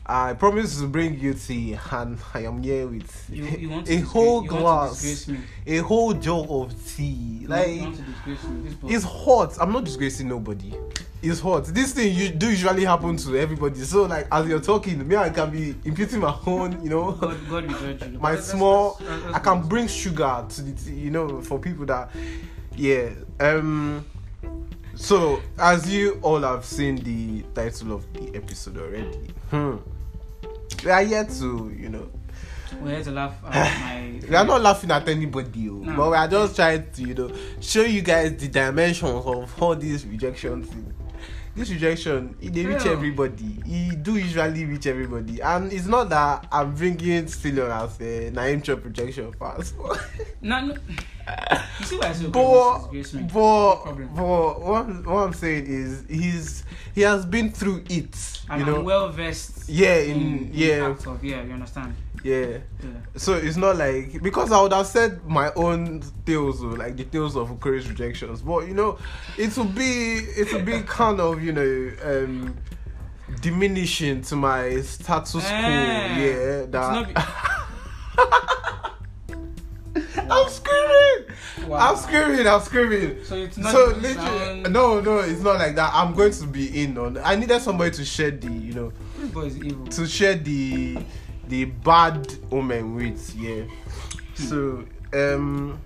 [SPEAKER 2] I promise to bring you tea, and I am here with
[SPEAKER 3] You, you want to
[SPEAKER 2] a
[SPEAKER 3] disgrace-
[SPEAKER 2] whole
[SPEAKER 3] you Want to disgrace
[SPEAKER 2] glass,
[SPEAKER 3] me.
[SPEAKER 2] a whole jug of tea.
[SPEAKER 3] You want-
[SPEAKER 2] Like
[SPEAKER 3] you want to disgrace me. This
[SPEAKER 2] it's hot. I'm not disgracing nobody. It's hot. This thing you do usually happen to everybody. So like as you're talking, me I can be imputing my own, you know.
[SPEAKER 3] God, God will judge you.
[SPEAKER 2] my
[SPEAKER 3] Let's- let's-
[SPEAKER 2] small
[SPEAKER 3] let's- let's
[SPEAKER 2] i can
[SPEAKER 3] move.
[SPEAKER 2] bring sugar to the tea, you know for people that yeah um So, as you all have seen the title of the episode already, hmm, we are here to, you know,
[SPEAKER 3] We're here to laugh at my.
[SPEAKER 2] we are not laughing at anybody, oh,
[SPEAKER 3] No.
[SPEAKER 2] but we are just trying to, you know, show you guys the dimensions of all this rejection thing. This rejection, it dey reach
[SPEAKER 3] Yeah.
[SPEAKER 2] everybody. It do usually reach everybody, and it's not that I'm bringing Stillion as a Naim Chop rejection fast.
[SPEAKER 3] No, no. You see why I say okay,
[SPEAKER 2] but
[SPEAKER 3] this is basement.
[SPEAKER 2] but
[SPEAKER 3] problem.
[SPEAKER 2] but what I'm, what I'm saying is he's he has been through it
[SPEAKER 3] I'm,
[SPEAKER 2] you know
[SPEAKER 3] I'm well versed.
[SPEAKER 2] yeah in
[SPEAKER 3] The
[SPEAKER 2] yeah
[SPEAKER 3] act of, yeah, you understand.
[SPEAKER 2] yeah
[SPEAKER 3] Yeah.
[SPEAKER 2] so it's not like because I would have said my own tales oh, like the tales of courage rejections but you know it would be it would be kind of you know um diminishing to my status quo
[SPEAKER 3] Eh,
[SPEAKER 2] yeah
[SPEAKER 3] It's not
[SPEAKER 2] that
[SPEAKER 3] be-
[SPEAKER 2] I'm screaming
[SPEAKER 3] Wow.
[SPEAKER 2] I'm screaming I'm screaming
[SPEAKER 3] So it's not.
[SPEAKER 2] so
[SPEAKER 3] even
[SPEAKER 2] literally,
[SPEAKER 3] sound-
[SPEAKER 2] no, no, it's not like that. I'm going to be in on. I needed somebody to share the, you know,
[SPEAKER 3] This boy is evil.
[SPEAKER 2] to share the, the bad omen with. Yeah. So um,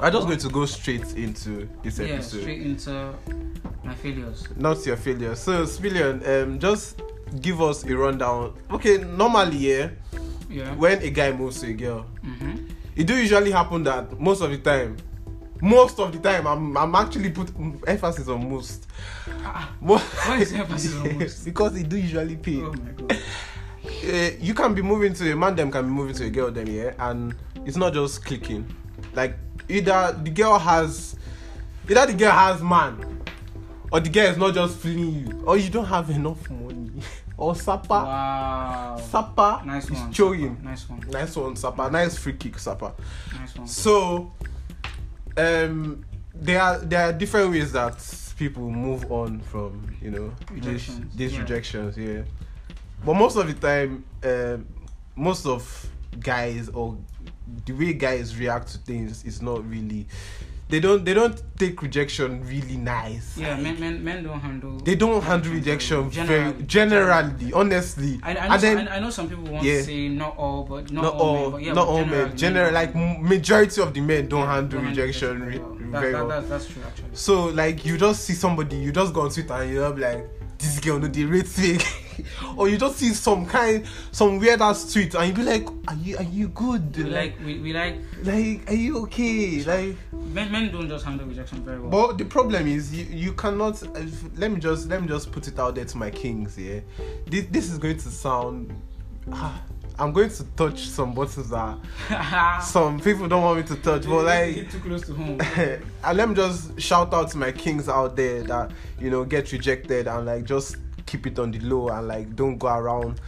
[SPEAKER 2] I'm just going to go straight into this
[SPEAKER 3] Yeah,
[SPEAKER 2] episode.
[SPEAKER 3] straight into my failures.
[SPEAKER 2] Not your failure. So Spillion, um, just give us a rundown. Okay, normally, yeah,
[SPEAKER 3] Yeah.
[SPEAKER 2] when a guy moves to a girl,
[SPEAKER 3] Mm-hmm.
[SPEAKER 2] it do usually happen that most of the time most of the time i'm i'm actually put emphasis on most
[SPEAKER 3] Oh
[SPEAKER 2] Mo-
[SPEAKER 3] Why is emphasis on most?
[SPEAKER 2] because it do usually pay
[SPEAKER 3] Oh my god.
[SPEAKER 2] Eh, you can be moving to a man them can be moving to a girl them yeah and it's not just clicking like either the girl has either the girl has man or the girl is not just feeling you or you don't have enough money or sapa
[SPEAKER 3] Wow.
[SPEAKER 2] sapa
[SPEAKER 3] Nice
[SPEAKER 2] Ah. is
[SPEAKER 3] one.
[SPEAKER 2] showing
[SPEAKER 3] Nice one.
[SPEAKER 2] nice one sapa nice free kick sapa
[SPEAKER 3] Nice one.
[SPEAKER 2] So, um, there are there are different ways that people move on from you know these
[SPEAKER 3] Rejections,
[SPEAKER 2] these
[SPEAKER 3] yeah.
[SPEAKER 2] rejections, yeah. But most of the time, um, most of guys or the way guys react to things is not really. They don't they don't take rejection really nice.
[SPEAKER 3] Yeah, men, men, men don't handle.
[SPEAKER 2] They don't handle rejection
[SPEAKER 3] Generally.
[SPEAKER 2] very generally, honestly.
[SPEAKER 3] I, I, know,
[SPEAKER 2] And then-
[SPEAKER 3] I, I know some people want
[SPEAKER 2] Yeah.
[SPEAKER 3] to say not all, but not,
[SPEAKER 2] not, all,
[SPEAKER 3] men, but yeah,
[SPEAKER 2] not
[SPEAKER 3] but
[SPEAKER 2] all men. General, like m- majority of the men don't handle
[SPEAKER 3] don't
[SPEAKER 2] rejection re-
[SPEAKER 3] rejection
[SPEAKER 2] very
[SPEAKER 3] well.
[SPEAKER 2] well.
[SPEAKER 3] That, that, that's, that's true, actually.
[SPEAKER 2] So like you just see somebody, you just go on Twitter and you'll be like, this girl no the rate thing. or you just see some kind some weird ass tweet and you be like, Are you are you good?
[SPEAKER 3] We like, we, we like
[SPEAKER 2] like are you okay? Like
[SPEAKER 3] men, men don't just handle rejection very well.
[SPEAKER 2] But the problem is you, you cannot if, let me just let me just put it out there to my kings, yeah. This this is going to sound ah, I'm going to touch some buttons that
[SPEAKER 3] Ah.
[SPEAKER 2] some people don't want me to touch, but like
[SPEAKER 3] too close to home.
[SPEAKER 2] and let me just shout out to my kings out there that you know get rejected and like just keep it on the low and like don't go around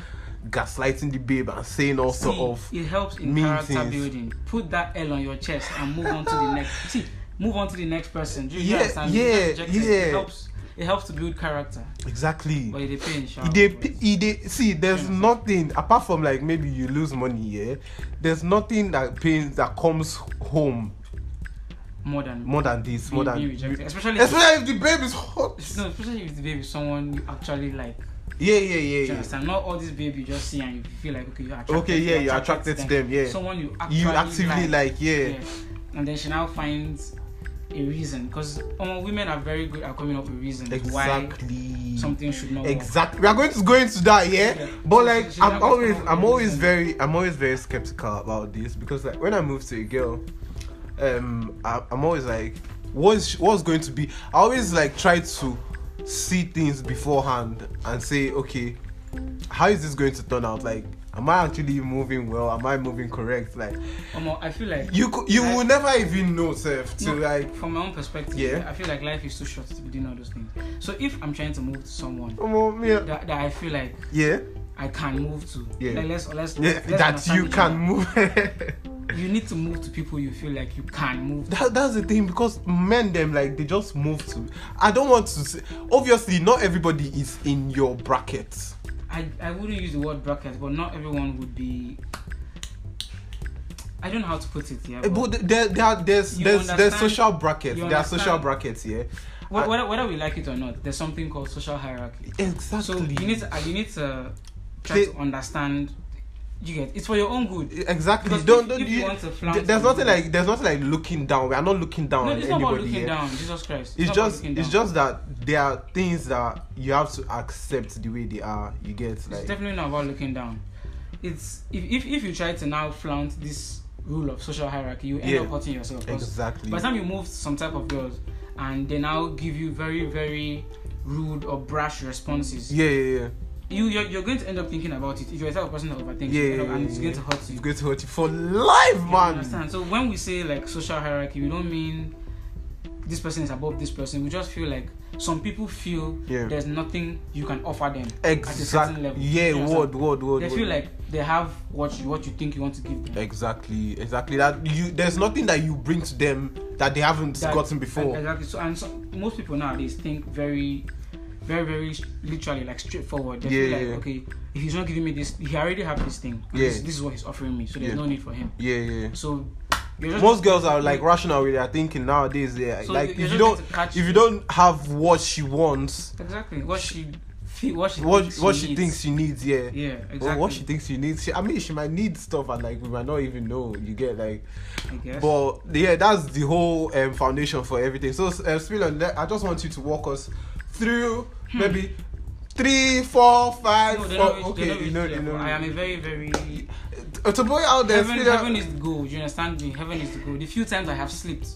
[SPEAKER 2] gaslighting the babe and saying all sort
[SPEAKER 3] See,
[SPEAKER 2] of
[SPEAKER 3] it helps in
[SPEAKER 2] mean
[SPEAKER 3] character
[SPEAKER 2] things.
[SPEAKER 3] building. Put that L on your chest and move on to the next. See, move on to the next person. Do you
[SPEAKER 2] Yeah,
[SPEAKER 3] understand? You
[SPEAKER 2] yeah,
[SPEAKER 3] get rejected,
[SPEAKER 2] yeah.
[SPEAKER 3] It helps. It helps to build character,
[SPEAKER 2] exactly.
[SPEAKER 3] but it depends.
[SPEAKER 2] It dey p- it dey see there's nothing apart from like maybe you lose money yeah there's nothing that pains that comes home
[SPEAKER 3] more than
[SPEAKER 2] more than this more
[SPEAKER 3] being, being
[SPEAKER 2] than
[SPEAKER 3] rejected, especially if,
[SPEAKER 2] especially if the babe is hot
[SPEAKER 3] no, especially if the baby is someone you actually like.
[SPEAKER 2] yeah yeah yeah
[SPEAKER 3] Do you
[SPEAKER 2] yeah
[SPEAKER 3] understand? Not all these baby you just see and you feel like okay, you attracted.
[SPEAKER 2] okay yeah you're attracted to them yeah
[SPEAKER 3] Someone you actually
[SPEAKER 2] you actively
[SPEAKER 3] like.
[SPEAKER 2] like yeah
[SPEAKER 3] Yeah. And then she now finds a reason because um, women are very good at coming up with reasons why
[SPEAKER 2] exactly
[SPEAKER 3] something should not work.
[SPEAKER 2] exactly we are going to go into that yeah,
[SPEAKER 3] Yeah.
[SPEAKER 2] but
[SPEAKER 3] So
[SPEAKER 2] like
[SPEAKER 3] she's
[SPEAKER 2] i'm
[SPEAKER 3] not
[SPEAKER 2] always
[SPEAKER 3] gonna
[SPEAKER 2] i'm always
[SPEAKER 3] listen.
[SPEAKER 2] very i'm always very skeptical about this because like when i move to a girl um I, i'm always like what's what's going to be i always like try to see things beforehand and say okay how is this going to turn out like am i actually moving well am i moving correct like
[SPEAKER 3] Omo, Um, I feel like
[SPEAKER 2] you could you
[SPEAKER 3] Like-
[SPEAKER 2] will never even know self to
[SPEAKER 3] No,
[SPEAKER 2] like
[SPEAKER 3] from my own perspective,
[SPEAKER 2] Yeah.
[SPEAKER 3] I feel like life is too short to be doing all those things. So if I'm trying to move to someone
[SPEAKER 2] oh, yeah
[SPEAKER 3] that, that I feel like
[SPEAKER 2] yeah,
[SPEAKER 3] I can move to,
[SPEAKER 2] Yeah.
[SPEAKER 3] like, let's let's,
[SPEAKER 2] yeah
[SPEAKER 3] let's
[SPEAKER 2] that
[SPEAKER 3] understand
[SPEAKER 2] you
[SPEAKER 3] each
[SPEAKER 2] can
[SPEAKER 3] other.
[SPEAKER 2] move
[SPEAKER 3] You need to move to people you feel like you can move. To.
[SPEAKER 2] That, that's the thing because men them like they just move to. I don't want to say. Obviously, not everybody is in your bracket.
[SPEAKER 3] I I wouldn't use the word bracket, but not everyone would be. I don't know how to put it. Yeah.
[SPEAKER 2] Eh, But there, there, are- there's
[SPEAKER 3] You
[SPEAKER 2] there's there's
[SPEAKER 3] understand-
[SPEAKER 2] social brackets.
[SPEAKER 3] you
[SPEAKER 2] There are social
[SPEAKER 3] understand-
[SPEAKER 2] brackets here.
[SPEAKER 3] whe- whether, whether we like it or not, there's something called social hierarchy.
[SPEAKER 2] Exactly.
[SPEAKER 3] So you need to, uh, you need to try
[SPEAKER 2] Play-
[SPEAKER 3] to understand You get it's for your own good.
[SPEAKER 2] Exactly.
[SPEAKER 3] Because
[SPEAKER 2] don't
[SPEAKER 3] if-
[SPEAKER 2] don't
[SPEAKER 3] if you want to flounce
[SPEAKER 2] th- There's
[SPEAKER 3] people-
[SPEAKER 2] nothing like there's nothing like looking down. We are not looking down
[SPEAKER 3] No,
[SPEAKER 2] on
[SPEAKER 3] it's not about
[SPEAKER 2] anybody.
[SPEAKER 3] looking
[SPEAKER 2] here.
[SPEAKER 3] down. Jesus Christ.
[SPEAKER 2] It's
[SPEAKER 3] not about
[SPEAKER 2] just
[SPEAKER 3] looking
[SPEAKER 2] it's
[SPEAKER 3] down.
[SPEAKER 2] just that there are things that you have to accept the way they are. You get
[SPEAKER 3] It's
[SPEAKER 2] like
[SPEAKER 3] definitely not about looking down. It's if if, if you try to now flaunt this rule of social hierarchy, you end
[SPEAKER 2] Yeah.
[SPEAKER 3] up hurting yourself. 'Cause
[SPEAKER 2] exactly.
[SPEAKER 3] By the time you move to some type of girls, and they now give you very very rude or brash responses,
[SPEAKER 2] Yeah, yeah, yeah.
[SPEAKER 3] you you're, you're going to end up thinking about it. If you're the type of person that overthinks,
[SPEAKER 2] Yeah,
[SPEAKER 3] you end
[SPEAKER 2] yeah,
[SPEAKER 3] up- and
[SPEAKER 2] yeah,
[SPEAKER 3] it's
[SPEAKER 2] yeah.
[SPEAKER 3] going to hurt you.
[SPEAKER 2] It's going to hurt you for life,
[SPEAKER 3] You
[SPEAKER 2] man.
[SPEAKER 3] understand? So when we say like social hierarchy, we don't mean this person is above this person. We just feel like some people feel
[SPEAKER 2] Yeah.
[SPEAKER 3] there's nothing you can offer them at a certain
[SPEAKER 2] Exactly.
[SPEAKER 3] level.
[SPEAKER 2] Yeah,
[SPEAKER 3] You understand?
[SPEAKER 2] word, word, word.
[SPEAKER 3] They
[SPEAKER 2] word.
[SPEAKER 3] feel like they have what you what you think you want to give them.
[SPEAKER 2] exactly, exactly. That you there's nothing that you bring to them that they haven't
[SPEAKER 3] That-
[SPEAKER 2] gotten
[SPEAKER 3] and-
[SPEAKER 2] before.
[SPEAKER 3] Exactly. So and so, most people nowadays think very, very, very sh- literally like straightforward. They feel
[SPEAKER 2] Yeah,
[SPEAKER 3] like
[SPEAKER 2] yeah.
[SPEAKER 3] okay, if he's not giving me this, he already have this thing. and
[SPEAKER 2] Yeah.
[SPEAKER 3] This, this is what he's offering me, so there's
[SPEAKER 2] Yeah.
[SPEAKER 3] no need for him.
[SPEAKER 2] Yeah, yeah.
[SPEAKER 3] So you're just
[SPEAKER 2] Most girls are like
[SPEAKER 3] you-
[SPEAKER 2] rational with their thinking nowadays. Yeah,
[SPEAKER 3] So
[SPEAKER 2] like
[SPEAKER 3] you're
[SPEAKER 2] if
[SPEAKER 3] just
[SPEAKER 2] you don't
[SPEAKER 3] going to catch-
[SPEAKER 2] if you don't have what she wants,
[SPEAKER 3] Exactly. What she feel, what she
[SPEAKER 2] what
[SPEAKER 3] thinks
[SPEAKER 2] what she
[SPEAKER 3] needs.
[SPEAKER 2] thinks she needs, yeah.
[SPEAKER 3] Yeah,
[SPEAKER 2] Or
[SPEAKER 3] exactly.
[SPEAKER 2] what she thinks she needs. She, I mean, she might need stuff and like we might not even know. You get like,
[SPEAKER 3] I guess.
[SPEAKER 2] but yeah, that's the whole um, foundation for everything. So, uh, Spillon, le- I just want you to walk us through maybe three, four, five.
[SPEAKER 3] Hmm. No, they
[SPEAKER 2] four-
[SPEAKER 3] don't reach- they
[SPEAKER 2] okay,
[SPEAKER 3] don't
[SPEAKER 2] you
[SPEAKER 3] reach
[SPEAKER 2] know,
[SPEAKER 3] there,
[SPEAKER 2] you know.
[SPEAKER 3] but I am a very, very
[SPEAKER 2] Uh, to boy out there,
[SPEAKER 3] heaven,
[SPEAKER 2] Spillon-
[SPEAKER 3] heaven is the goal. Do you understand me? Heaven is the goal. The few times I have slept,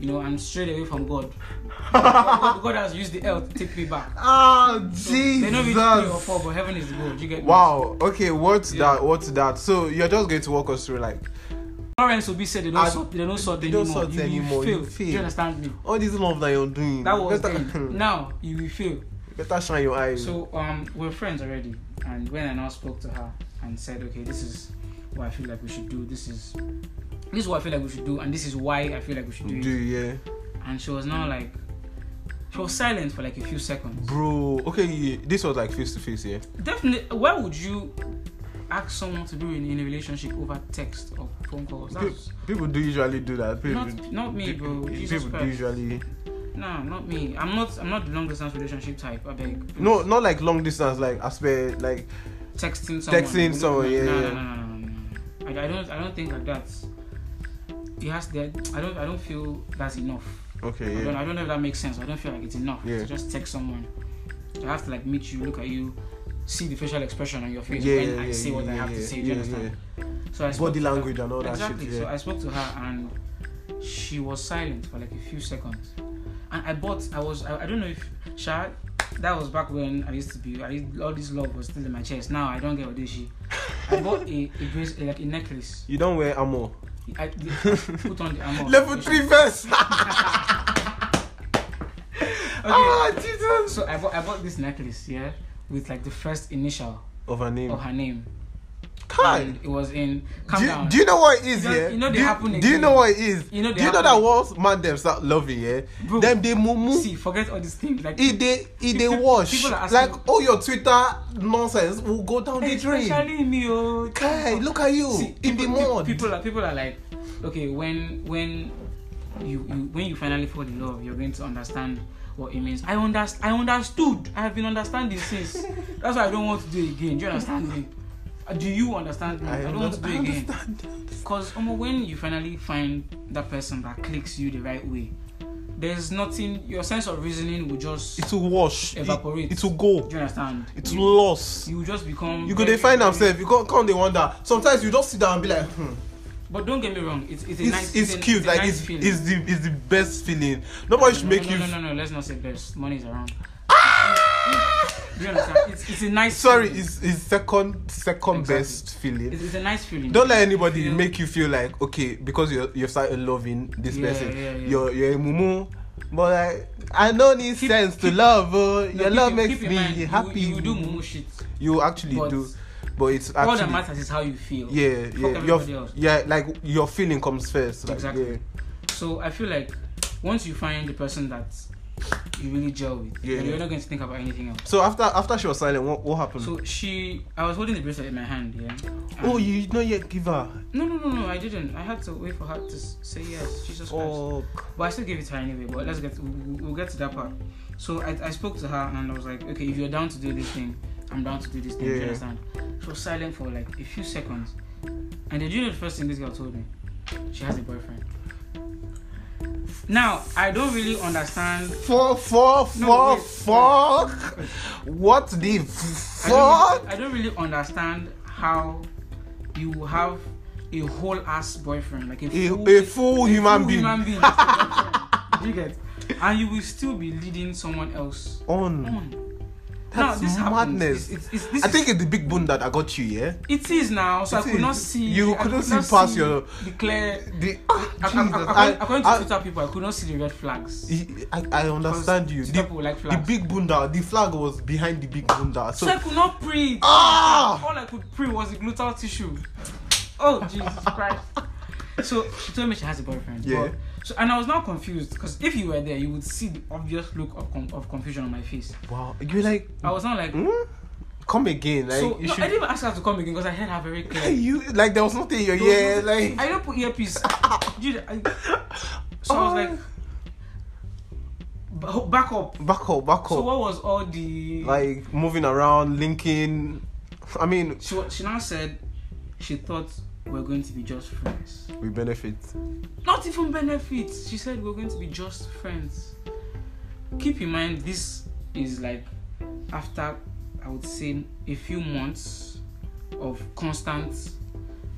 [SPEAKER 3] you know, I'm straight away from God. God, God has used the earth to take me back.
[SPEAKER 2] ah,
[SPEAKER 3] So They know it's three or
[SPEAKER 2] Jesus.
[SPEAKER 3] four, but heaven is the goal. Do you get me?
[SPEAKER 2] Wow. Okay, what's
[SPEAKER 3] Yeah.
[SPEAKER 2] that? What's that? So you're just going to walk us through like
[SPEAKER 3] Lawrence Obi said they don't
[SPEAKER 2] I-
[SPEAKER 3] sort, they don't sort
[SPEAKER 2] they
[SPEAKER 3] anymore.
[SPEAKER 2] don't sort
[SPEAKER 3] you,
[SPEAKER 2] anymore.
[SPEAKER 3] You fail.
[SPEAKER 2] You
[SPEAKER 3] Do you
[SPEAKER 2] fail.
[SPEAKER 3] understand me?
[SPEAKER 2] all this love that you're doing.
[SPEAKER 3] That was
[SPEAKER 2] better,
[SPEAKER 3] then. Now you will fail.
[SPEAKER 2] better shine your eyes.
[SPEAKER 3] So um, we're friends already, and when I now spoke to her and said, okay, this is what I feel like we should do. This is this is what I feel like we should do, and this is why I feel like we should do,
[SPEAKER 2] do
[SPEAKER 3] it.
[SPEAKER 2] yeah.
[SPEAKER 3] And she was now like, she was silent for like a few seconds.
[SPEAKER 2] Bro, okay, yeah, this was like face to face, yeah.
[SPEAKER 3] Definitely, why would you ask someone to be in, in a relationship over text or phone calls?
[SPEAKER 2] Pe-
[SPEAKER 3] That's,
[SPEAKER 2] people do usually do that. People,
[SPEAKER 3] Not- not me,
[SPEAKER 2] people-
[SPEAKER 3] bro.
[SPEAKER 2] People,
[SPEAKER 3] Jesus
[SPEAKER 2] do
[SPEAKER 3] Christ.
[SPEAKER 2] usually
[SPEAKER 3] No, not me. I'm not. I'm not the long distance relationship type. I beg.
[SPEAKER 2] no, not like long distance, like I swear, like
[SPEAKER 3] Texting someone.
[SPEAKER 2] Texting someone, yeah, yeah.
[SPEAKER 3] no, No, no, no, no, no, no. I, I don't. I don't think like that. It has that. I don't. I don't feel that's enough. I
[SPEAKER 2] okay,
[SPEAKER 3] don't.
[SPEAKER 2] yeah,
[SPEAKER 3] I don't know if that makes sense. I don't feel like it's enough.
[SPEAKER 2] Yeah.
[SPEAKER 3] To just text someone. I have to like meet you, look at you, see the facial expression on your face
[SPEAKER 2] yeah,
[SPEAKER 3] when
[SPEAKER 2] yeah,
[SPEAKER 3] I say
[SPEAKER 2] yeah,
[SPEAKER 3] what I
[SPEAKER 2] yeah,
[SPEAKER 3] have
[SPEAKER 2] yeah,
[SPEAKER 3] to say. Do you
[SPEAKER 2] yeah,
[SPEAKER 3] understand?
[SPEAKER 2] yeah.
[SPEAKER 3] So I spoke
[SPEAKER 2] Body
[SPEAKER 3] to her-
[SPEAKER 2] language and all that
[SPEAKER 3] exactly.
[SPEAKER 2] shit. Yeah.
[SPEAKER 3] So I spoke to her and she was silent for like a few seconds. And I bought. I was. I, I don't know if Sha. That was back when I used to be. I used, all this love was still in my chest. Now I don't get odeshi. I bought a, a brace, a, like a necklace.
[SPEAKER 2] you don't wear ammo.
[SPEAKER 3] I, I put on the armor.
[SPEAKER 2] Level three verse.
[SPEAKER 3] Okay.
[SPEAKER 2] ah, Jesus.
[SPEAKER 3] So I bought. I bought this necklace. Yeah. With like the first initial
[SPEAKER 2] Of her name.
[SPEAKER 3] of her name.
[SPEAKER 2] Kai.
[SPEAKER 3] And it was in. Oh, Calm
[SPEAKER 2] Do you,
[SPEAKER 3] down.
[SPEAKER 2] do you know what it is,
[SPEAKER 3] You know-
[SPEAKER 2] yeah?
[SPEAKER 3] you know they
[SPEAKER 2] do,
[SPEAKER 3] happen
[SPEAKER 2] do you
[SPEAKER 3] again.
[SPEAKER 2] know what it is?
[SPEAKER 3] You know they
[SPEAKER 2] do you know
[SPEAKER 3] happen.
[SPEAKER 2] that once man them start loving, yeah?
[SPEAKER 3] Bro.
[SPEAKER 2] Them they mumu.
[SPEAKER 3] See, forget all these things. Like
[SPEAKER 2] It they it they
[SPEAKER 3] People-
[SPEAKER 2] wash.
[SPEAKER 3] people are
[SPEAKER 2] Like
[SPEAKER 3] asking-
[SPEAKER 2] all your Twitter nonsense will go down the drain.
[SPEAKER 3] especially me, oh.
[SPEAKER 2] Kai, look at you
[SPEAKER 3] See,
[SPEAKER 2] in the
[SPEAKER 3] people, pe-
[SPEAKER 2] mud.
[SPEAKER 3] People are people are like, okay, when when you, you when you finally fall in love, you're going to understand what it means. I underst- I understood. I have been understanding since. That's why I don't want to do it again. Do you understand me? Uh, Do you understand me? I, don't want to do it again. Cause Omo, when you finally find that person that clicks you the right way, there's nothing. Your sense of reasoning will just.
[SPEAKER 2] It will wash. It-
[SPEAKER 3] Evaporate.
[SPEAKER 2] It, will go.
[SPEAKER 3] do you understand?
[SPEAKER 2] It will loss.
[SPEAKER 3] You will just become.
[SPEAKER 2] You go
[SPEAKER 3] very-
[SPEAKER 2] they find
[SPEAKER 3] very-
[SPEAKER 2] yourself. You can't come they wonder. Sometimes you just sit down and be like, hmm.
[SPEAKER 3] But don't get me wrong. It's it's a
[SPEAKER 2] It's,
[SPEAKER 3] nice.
[SPEAKER 2] it's,
[SPEAKER 3] a-
[SPEAKER 2] cute.
[SPEAKER 3] a
[SPEAKER 2] like
[SPEAKER 3] nice
[SPEAKER 2] it's,
[SPEAKER 3] feeling.
[SPEAKER 2] it's the it's the best feeling. Nobody should
[SPEAKER 3] no,
[SPEAKER 2] make
[SPEAKER 3] no,
[SPEAKER 2] you
[SPEAKER 3] No, no, no, let's not say best. Money's around. Do you understand? It's, it's a nice.
[SPEAKER 2] Ah! sorry,
[SPEAKER 3] feeling.
[SPEAKER 2] it's it's second second
[SPEAKER 3] Exactly.
[SPEAKER 2] best feeling.
[SPEAKER 3] it's, it's a nice feeling.
[SPEAKER 2] Don't let anybody
[SPEAKER 3] Feel-
[SPEAKER 2] make you feel like okay because you you've started loving this
[SPEAKER 3] Yeah,
[SPEAKER 2] person.
[SPEAKER 3] yeah, yeah.
[SPEAKER 2] You're you're a mumu, but like I know it needs
[SPEAKER 3] Keep-
[SPEAKER 2] sense to
[SPEAKER 3] keep-
[SPEAKER 2] love. Oh,
[SPEAKER 3] No,
[SPEAKER 2] your
[SPEAKER 3] keep
[SPEAKER 2] love
[SPEAKER 3] in-
[SPEAKER 2] makes
[SPEAKER 3] keep in
[SPEAKER 2] me
[SPEAKER 3] mind, you-
[SPEAKER 2] happy.
[SPEAKER 3] You, do mumu shit.
[SPEAKER 2] You actually
[SPEAKER 3] But
[SPEAKER 2] do, but it's
[SPEAKER 3] All that
[SPEAKER 2] actually
[SPEAKER 3] matters is how you feel.
[SPEAKER 2] yeah
[SPEAKER 3] Fuck
[SPEAKER 2] yeah
[SPEAKER 3] everybody
[SPEAKER 2] your
[SPEAKER 3] else.
[SPEAKER 2] yeah like your feeling comes first. Like,
[SPEAKER 3] Exactly. So I feel like once you find the person that you really gel with,
[SPEAKER 2] Yeah,
[SPEAKER 3] then
[SPEAKER 2] yeah.
[SPEAKER 3] you're not going to think about anything else.
[SPEAKER 2] So after after she was silent, what what happened?
[SPEAKER 3] So um, she, I was holding the bracelet in my hand. Yeah. And-
[SPEAKER 2] oh, you not yet give her.
[SPEAKER 3] No, no, no, no. I didn't. I had to wait for her to s- say yes. Jesus Christ.
[SPEAKER 2] Oh,
[SPEAKER 3] But I still gave it to her anyway. But let's get we'll, we'll get to that part. So I, I spoke to her and I was like, okay, if you're down to do this thing, I'm down to do this thing. Do
[SPEAKER 2] Yeah.
[SPEAKER 3] you understand? She was was silent for like a few seconds. And did you know the first thing this girl told me? She has a boyfriend. Now, I don't really understand.
[SPEAKER 2] For, for,
[SPEAKER 3] No,
[SPEAKER 2] for,
[SPEAKER 3] wait,
[SPEAKER 2] fuck. What the
[SPEAKER 3] I don't,
[SPEAKER 2] fuck?
[SPEAKER 3] really- I don't really understand how you will have a whole ass boyfriend, like a
[SPEAKER 2] A,
[SPEAKER 3] full,
[SPEAKER 2] a full human
[SPEAKER 3] full
[SPEAKER 2] being.
[SPEAKER 3] human being. as a boyfriend. Do you get? And you will still be leading someone else
[SPEAKER 2] On.
[SPEAKER 3] on.
[SPEAKER 2] That's
[SPEAKER 3] now, this happens.
[SPEAKER 2] madness.
[SPEAKER 3] It's, it's, it's,
[SPEAKER 2] I think it's the big bone that I got you, yeah?
[SPEAKER 3] it is now, so
[SPEAKER 2] It
[SPEAKER 3] I could not
[SPEAKER 2] is.
[SPEAKER 3] see.
[SPEAKER 2] You
[SPEAKER 3] I could
[SPEAKER 2] couldn't
[SPEAKER 3] not
[SPEAKER 2] see past your-
[SPEAKER 3] the clear.
[SPEAKER 2] The,
[SPEAKER 3] I- I-
[SPEAKER 2] Jesus,
[SPEAKER 3] I- I- ah, According to
[SPEAKER 2] I-
[SPEAKER 3] Twitter people, I could not see the red flags.
[SPEAKER 2] I, I understand you.
[SPEAKER 3] Because
[SPEAKER 2] The,
[SPEAKER 3] people like
[SPEAKER 2] the
[SPEAKER 3] flags.
[SPEAKER 2] big bunda, the flag was behind the big bunda.
[SPEAKER 3] So,
[SPEAKER 2] So,
[SPEAKER 3] I could not pre.
[SPEAKER 2] Ah!
[SPEAKER 3] All I could pre was the gluteal tissue. Oh Jesus Christ! So she told me she has a boyfriend.
[SPEAKER 2] Yeah.
[SPEAKER 3] but- so and I was now confused because if you were there, you would see the obvious look of con- of confusion on my face.
[SPEAKER 2] wow, you're like,
[SPEAKER 3] I was not like.
[SPEAKER 2] hmm? come again. Like,
[SPEAKER 3] so
[SPEAKER 2] you
[SPEAKER 3] no,
[SPEAKER 2] should.
[SPEAKER 3] I didn't even ask her to come again because I heard her very clear.
[SPEAKER 2] you like there was nothing in your
[SPEAKER 3] There was
[SPEAKER 2] ear
[SPEAKER 3] no-
[SPEAKER 2] like
[SPEAKER 3] I didn't put earpiece. Dude, I, so I was like. "Ba- Back up.
[SPEAKER 2] back up back up
[SPEAKER 3] So what was all the
[SPEAKER 2] like moving around linking i mean
[SPEAKER 3] She wa- she now said she thought we're going to be just friends.
[SPEAKER 2] we benefit
[SPEAKER 3] Not even benefits. She said we're going to be just friends. Keep in mind this is like after I would say a few months of constant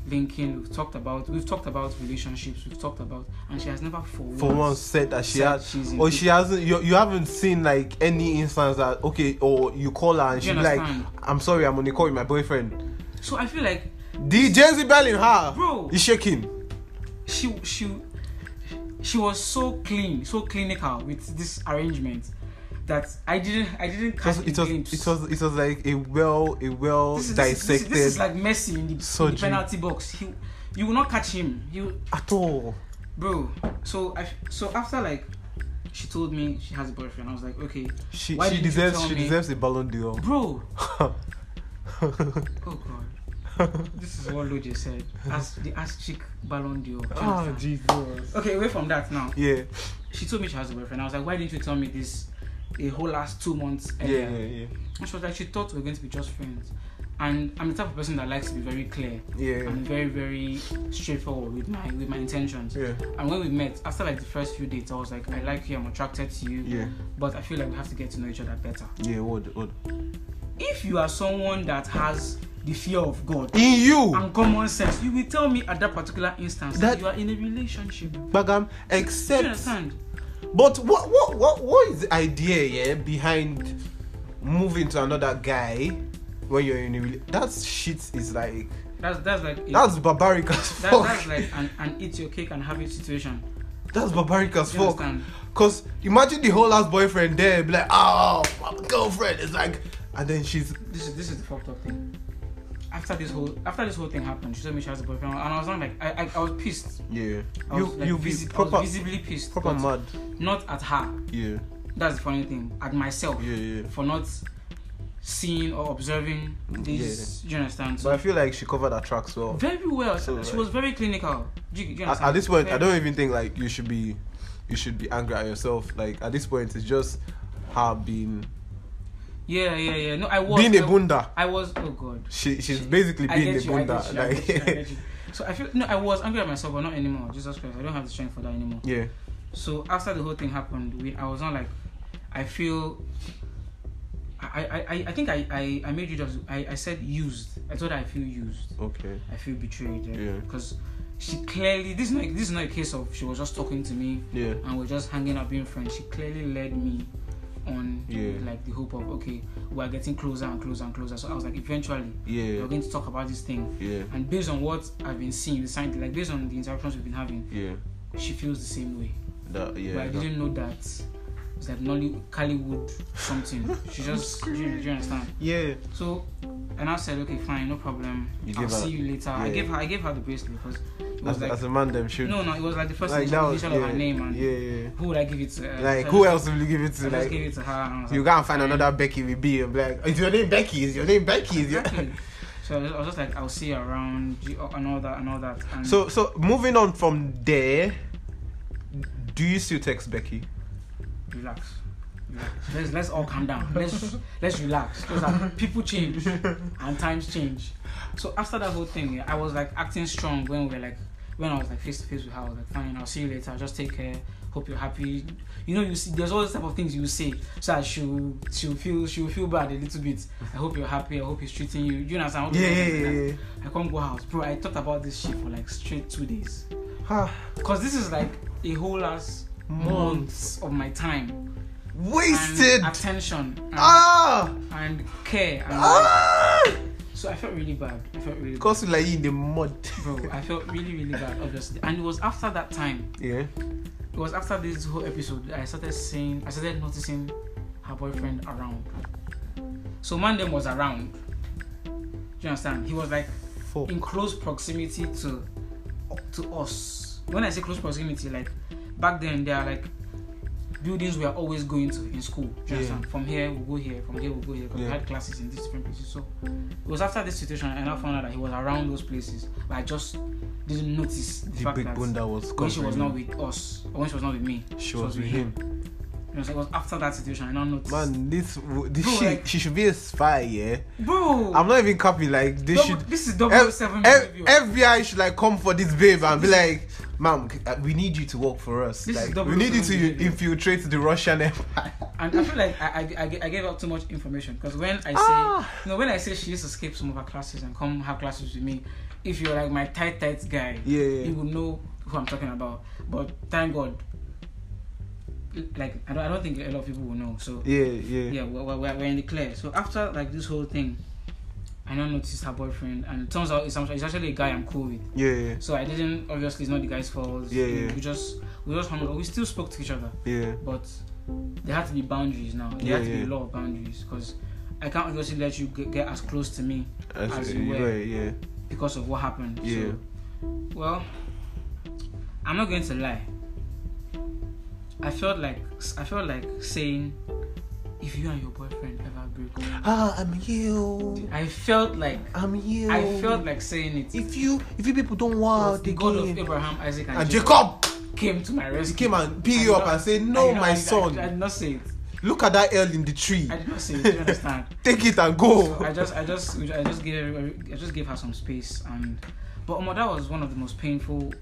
[SPEAKER 3] linking. We've talked about we've talked about relationships. We've talked about and she has never for once.
[SPEAKER 2] for once said that she
[SPEAKER 3] Said
[SPEAKER 2] has
[SPEAKER 3] she's in
[SPEAKER 2] or
[SPEAKER 3] deep-
[SPEAKER 2] she hasn't you, you haven't seen like any instance that okay or you call her and
[SPEAKER 3] Do you
[SPEAKER 2] she's like
[SPEAKER 3] understand?
[SPEAKER 2] i'm sorry i'm on a call with my boyfriend
[SPEAKER 3] So I feel like
[SPEAKER 2] the jersey bell in her
[SPEAKER 3] Bro.
[SPEAKER 2] is shaking
[SPEAKER 3] she she she was so clean, so clinical with this arrangement that I didn't I didn't
[SPEAKER 2] it was
[SPEAKER 3] catch
[SPEAKER 2] it
[SPEAKER 3] the
[SPEAKER 2] was,
[SPEAKER 3] glimpse.
[SPEAKER 2] it was it was like a well a well
[SPEAKER 3] This is- this is-
[SPEAKER 2] dissected
[SPEAKER 3] This, is- this is like Messi in the, in
[SPEAKER 2] surgery.
[SPEAKER 3] the penalty box. He, you will not catch him. You,
[SPEAKER 2] at all
[SPEAKER 3] bro. So I, so after like, she told me she has a boyfriend. I was like, okay,
[SPEAKER 2] she
[SPEAKER 3] Why
[SPEAKER 2] she
[SPEAKER 3] didn't you
[SPEAKER 2] deserves
[SPEAKER 3] tell
[SPEAKER 2] she
[SPEAKER 3] me?
[SPEAKER 2] deserves a ballon d'or
[SPEAKER 3] bro. Oh god, this is what Loje said. As the ass chick Ballon d'Or. Do you
[SPEAKER 2] oh
[SPEAKER 3] understand?
[SPEAKER 2] jesus
[SPEAKER 3] Okay, away from that now.
[SPEAKER 2] yeah
[SPEAKER 3] She told me she has a boyfriend. I was like, why didn't you tell me this a whole last two months earlier?
[SPEAKER 2] yeah yeah yeah
[SPEAKER 3] And she was like, she thought we were going to be just friends. And I'm the type of person that likes to be very clear.
[SPEAKER 2] yeah
[SPEAKER 3] I'm very, very straightforward with my with my intentions.
[SPEAKER 2] yeah
[SPEAKER 3] And when we met, after like the first few dates, I was like, I like you, I'm attracted to you,
[SPEAKER 2] yeah
[SPEAKER 3] but I feel like we have to get to know each other better.
[SPEAKER 2] yeah what what
[SPEAKER 3] If you are someone that has the fear of God
[SPEAKER 2] in you
[SPEAKER 3] and common sense, you will tell me at that particular instance that,
[SPEAKER 2] That-
[SPEAKER 3] you are in a relationship. Do
[SPEAKER 2] bagam
[SPEAKER 3] you
[SPEAKER 2] except
[SPEAKER 3] understand?
[SPEAKER 2] but what what what what is the idea yeah behind moving to another guy when you're in a rela- that shit is like
[SPEAKER 3] That's that's like a,
[SPEAKER 2] that's barbaric as
[SPEAKER 3] that-
[SPEAKER 2] fuck
[SPEAKER 3] that's like an, an eat your cake and have it situation.
[SPEAKER 2] that's barbaric as
[SPEAKER 3] Do you
[SPEAKER 2] fuck
[SPEAKER 3] understand?
[SPEAKER 2] cause imagine the whole ass boyfriend there be like oh my girlfriend is like and then she's
[SPEAKER 3] This is this is the fucked up thing. After this whole after this whole thing happened, she told me she has a boyfriend, and I was not like I I, I was pissed.
[SPEAKER 2] yeah
[SPEAKER 3] I
[SPEAKER 2] you
[SPEAKER 3] was, like,
[SPEAKER 2] you be
[SPEAKER 3] visi- I was
[SPEAKER 2] proper
[SPEAKER 3] visibly pissed.
[SPEAKER 2] proper
[SPEAKER 3] but
[SPEAKER 2] mad
[SPEAKER 3] Not at her.
[SPEAKER 2] yeah
[SPEAKER 3] That's the funny thing. At myself.
[SPEAKER 2] yeah yeah
[SPEAKER 3] for not seeing or observing these. Do you understand?
[SPEAKER 2] but
[SPEAKER 3] So
[SPEAKER 2] I feel like she covered her tracks well
[SPEAKER 3] very well.
[SPEAKER 2] So,
[SPEAKER 3] she
[SPEAKER 2] like-
[SPEAKER 3] was very clinical. Do you, do you
[SPEAKER 2] at,
[SPEAKER 3] understand?
[SPEAKER 2] at this point, I
[SPEAKER 3] Very-
[SPEAKER 2] don't even think like you should be, you should be angry at yourself. Like at this point, it's just her being
[SPEAKER 3] Yeah, yeah, yeah. No, I was
[SPEAKER 2] being a
[SPEAKER 3] I-
[SPEAKER 2] bunda.
[SPEAKER 3] I was. Oh God.
[SPEAKER 2] She she's basically
[SPEAKER 3] I
[SPEAKER 2] being a
[SPEAKER 3] get you. I
[SPEAKER 2] bunda.
[SPEAKER 3] get you. I
[SPEAKER 2] Like
[SPEAKER 3] get you, I get you. So I feel no. I was angry at myself, but not anymore. Jesus Christ, I don't have the strength for that anymore.
[SPEAKER 2] yeah,
[SPEAKER 3] So after the whole thing happened, we, I was not like, I feel. I, I, I- I think I, I, I made you just I, I said used. I thought I feel used.
[SPEAKER 2] okay,
[SPEAKER 3] I feel betrayed.
[SPEAKER 2] Yeah.
[SPEAKER 3] Because she clearly this is not this is not a case of she was just talking to me
[SPEAKER 2] yeah,
[SPEAKER 3] and we're just hanging out being friends. She clearly led me on
[SPEAKER 2] Yeah.
[SPEAKER 3] like the hope of okay, we're getting closer and closer and closer. So I was like, eventually
[SPEAKER 2] yeah,
[SPEAKER 3] we're going to talk about this thing.
[SPEAKER 2] yeah,
[SPEAKER 3] And based on what I've been seeing, the sign like based on the interactions we've been having,
[SPEAKER 2] yeah.
[SPEAKER 3] she feels the same way.
[SPEAKER 2] That
[SPEAKER 3] but I
[SPEAKER 2] yeah. that-
[SPEAKER 3] didn't know that it's like Nolly Caliwood something. she just do you, do you understand?
[SPEAKER 2] Yeah,
[SPEAKER 3] So, and I said, okay, fine, no problem.
[SPEAKER 2] You
[SPEAKER 3] I'll
[SPEAKER 2] gave her-
[SPEAKER 3] see you later. I
[SPEAKER 2] yeah.
[SPEAKER 3] gave her, I gave her the bracelet because it was
[SPEAKER 2] as,
[SPEAKER 3] like,
[SPEAKER 2] as a man, them should
[SPEAKER 3] no, no, it was like the first
[SPEAKER 2] like that.
[SPEAKER 3] initial,
[SPEAKER 2] Was, yeah,
[SPEAKER 3] initial of her name, and
[SPEAKER 2] yeah, yeah.
[SPEAKER 3] who would I give it to?
[SPEAKER 2] Like
[SPEAKER 3] Uh, so I
[SPEAKER 2] who
[SPEAKER 3] just-
[SPEAKER 2] else will you give it
[SPEAKER 3] I
[SPEAKER 2] to?
[SPEAKER 3] just gave
[SPEAKER 2] Like
[SPEAKER 3] it to her. And I was
[SPEAKER 2] you
[SPEAKER 3] like,
[SPEAKER 2] go and find another Becky with B and be like, is your name Becky? Is your name Becky? Is your...
[SPEAKER 3] okay. "Hmm." So I was, I was just like, I'll see you around you- and all that and all that. And
[SPEAKER 2] So so moving on from there, do you still text Becky?
[SPEAKER 3] relax. relax. Let's let's all calm down. Let's let's relax. 'Cause, like, people change and times change. So after that whole thing, yeah, I was like acting strong when we were like when I was like face to face with her. I was like, fine, I'll see you later. Just take care. Hope you're happy. You know, you see, there's all these type of things you say. So that she'll she'll feel she'll feel bad a little bit. I hope you're happy. I hope he's treating you. You understand? All those
[SPEAKER 2] Yeah, yeah,
[SPEAKER 3] things like
[SPEAKER 2] yeah,
[SPEAKER 3] that.
[SPEAKER 2] yeah.
[SPEAKER 3] I can't go house, bro. I thought about this shit for like straight two days.
[SPEAKER 2] Ha,
[SPEAKER 3] Cause this is like a whole ass
[SPEAKER 2] Mm.
[SPEAKER 3] months of my time, and
[SPEAKER 2] wasted.
[SPEAKER 3] attention, and,
[SPEAKER 2] Ah,
[SPEAKER 3] and care. And
[SPEAKER 2] ah.
[SPEAKER 3] So I felt really bad. I felt really bad.
[SPEAKER 2] Cause you like in the mud.
[SPEAKER 3] bro. I felt really really bad, obviously. And it was after that time.
[SPEAKER 2] Yeah.
[SPEAKER 3] It was after this whole episode that I started seeing. I started noticing her boyfriend around. So man, them was around. Do you understand? He was like
[SPEAKER 2] Fuck.
[SPEAKER 3] in close proximity to to us. When I say close proximity, like back then there are like buildings we are always going to in school. Do you
[SPEAKER 2] Yeah.
[SPEAKER 3] understand? From here we will go here, from here we will go here. 'cause We
[SPEAKER 2] Yeah.
[SPEAKER 3] had classes in these different places. So it was after this situation and I found out that he was around those places, but I just didn't notice the,
[SPEAKER 2] The
[SPEAKER 3] fact
[SPEAKER 2] big
[SPEAKER 3] that
[SPEAKER 2] bone that was
[SPEAKER 3] when she was
[SPEAKER 2] covering
[SPEAKER 3] not with us, or when she was not with me,
[SPEAKER 2] him, she was with him.
[SPEAKER 3] You know, so it was after that situation I now noticed.
[SPEAKER 2] Man, this, w- this
[SPEAKER 3] Bro,
[SPEAKER 2] she,
[SPEAKER 3] like-
[SPEAKER 2] she should be a spy, yeah.
[SPEAKER 3] bro,
[SPEAKER 2] I'm not even copy. Like they
[SPEAKER 3] double-
[SPEAKER 2] should.
[SPEAKER 3] this is
[SPEAKER 2] F-
[SPEAKER 3] double seven
[SPEAKER 2] F-
[SPEAKER 3] review.
[SPEAKER 2] FBI should like come for this babe and be like, "Ma'am, c- uh, we need you to work for us.
[SPEAKER 3] This is
[SPEAKER 2] Like,
[SPEAKER 3] double
[SPEAKER 2] we need you to
[SPEAKER 3] review.
[SPEAKER 2] infiltrate the Russian empire."
[SPEAKER 3] And I feel like I, I, I, ga- I gave out too much information because when I say,
[SPEAKER 2] Ah.
[SPEAKER 3] you know, when I say she used to skip some of her classes and come have classes with me, if you're like my tight, tight guy,
[SPEAKER 2] Yeah, yeah.
[SPEAKER 3] you would know who I'm talking about. But thank God, like, I don't, I don't think a lot of people will know. So,
[SPEAKER 2] Yeah, yeah.
[SPEAKER 3] yeah, we're, we're, we're in the clear. So, after like this whole thing, I now noticed her boyfriend, and it turns out it's, it's actually a guy I'm cool with.
[SPEAKER 2] Yeah, yeah,
[SPEAKER 3] So, I didn't, obviously, it's not the guy's fault.
[SPEAKER 2] Yeah, yeah.
[SPEAKER 3] We just, we just hung out. We still spoke to each other
[SPEAKER 2] yeah.
[SPEAKER 3] but there had to be boundaries now. There had
[SPEAKER 2] Yeah,
[SPEAKER 3] to be a
[SPEAKER 2] yeah.
[SPEAKER 3] lot of boundaries because I can't obviously let you get, get as close to me
[SPEAKER 2] As,
[SPEAKER 3] As
[SPEAKER 2] you
[SPEAKER 3] you were.
[SPEAKER 2] were, yeah,
[SPEAKER 3] because of what happened.
[SPEAKER 2] yeah.
[SPEAKER 3] So, well, I'm not going to lie. I felt like I felt like saying, if you and your boyfriend ever break up,
[SPEAKER 2] Ah, I'm you.
[SPEAKER 3] I felt like
[SPEAKER 2] I'm you.
[SPEAKER 3] I felt like saying it.
[SPEAKER 2] if you if you people don't want
[SPEAKER 3] the God of Abraham, Isaac, and,
[SPEAKER 2] and Jacob
[SPEAKER 3] came to my rescue.
[SPEAKER 2] came and picked
[SPEAKER 3] I
[SPEAKER 2] you
[SPEAKER 3] did
[SPEAKER 2] up
[SPEAKER 3] not-
[SPEAKER 2] and said,
[SPEAKER 3] I
[SPEAKER 2] "No,
[SPEAKER 3] did not-
[SPEAKER 2] my
[SPEAKER 3] I- I-
[SPEAKER 2] son,
[SPEAKER 3] I, did not say it.
[SPEAKER 2] look at that L in the tree.
[SPEAKER 3] I did not say it. Do you understand?
[SPEAKER 2] Take it and go."
[SPEAKER 3] So I just, I just, I just gave, everybody- I just gave her some space, and but Omo, that was one of the most painful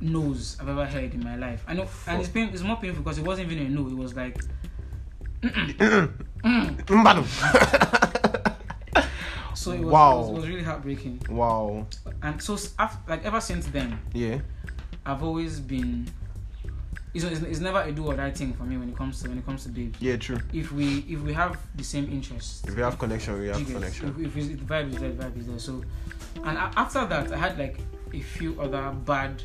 [SPEAKER 3] no's I've ever heard in my life. I know, and it's pain, it's more painful because it wasn't even a no. It was like,
[SPEAKER 2] Mbadum.
[SPEAKER 3] so it was,
[SPEAKER 2] Wow.
[SPEAKER 3] it was, it was really heartbreaking.
[SPEAKER 2] wow.
[SPEAKER 3] And so, s- af like ever since then,
[SPEAKER 2] Yeah.
[SPEAKER 3] I've always been. It's, it's, it's never a do or die thing for me when it comes to when it comes to babes.
[SPEAKER 2] Yeah. True.
[SPEAKER 3] If we if we have the same interests,
[SPEAKER 2] If we have connection, we have
[SPEAKER 3] Yes,
[SPEAKER 2] connection.
[SPEAKER 3] If, if it's- the vibe is there, the vibe is there. So, and a- after that, I had like a few other bad.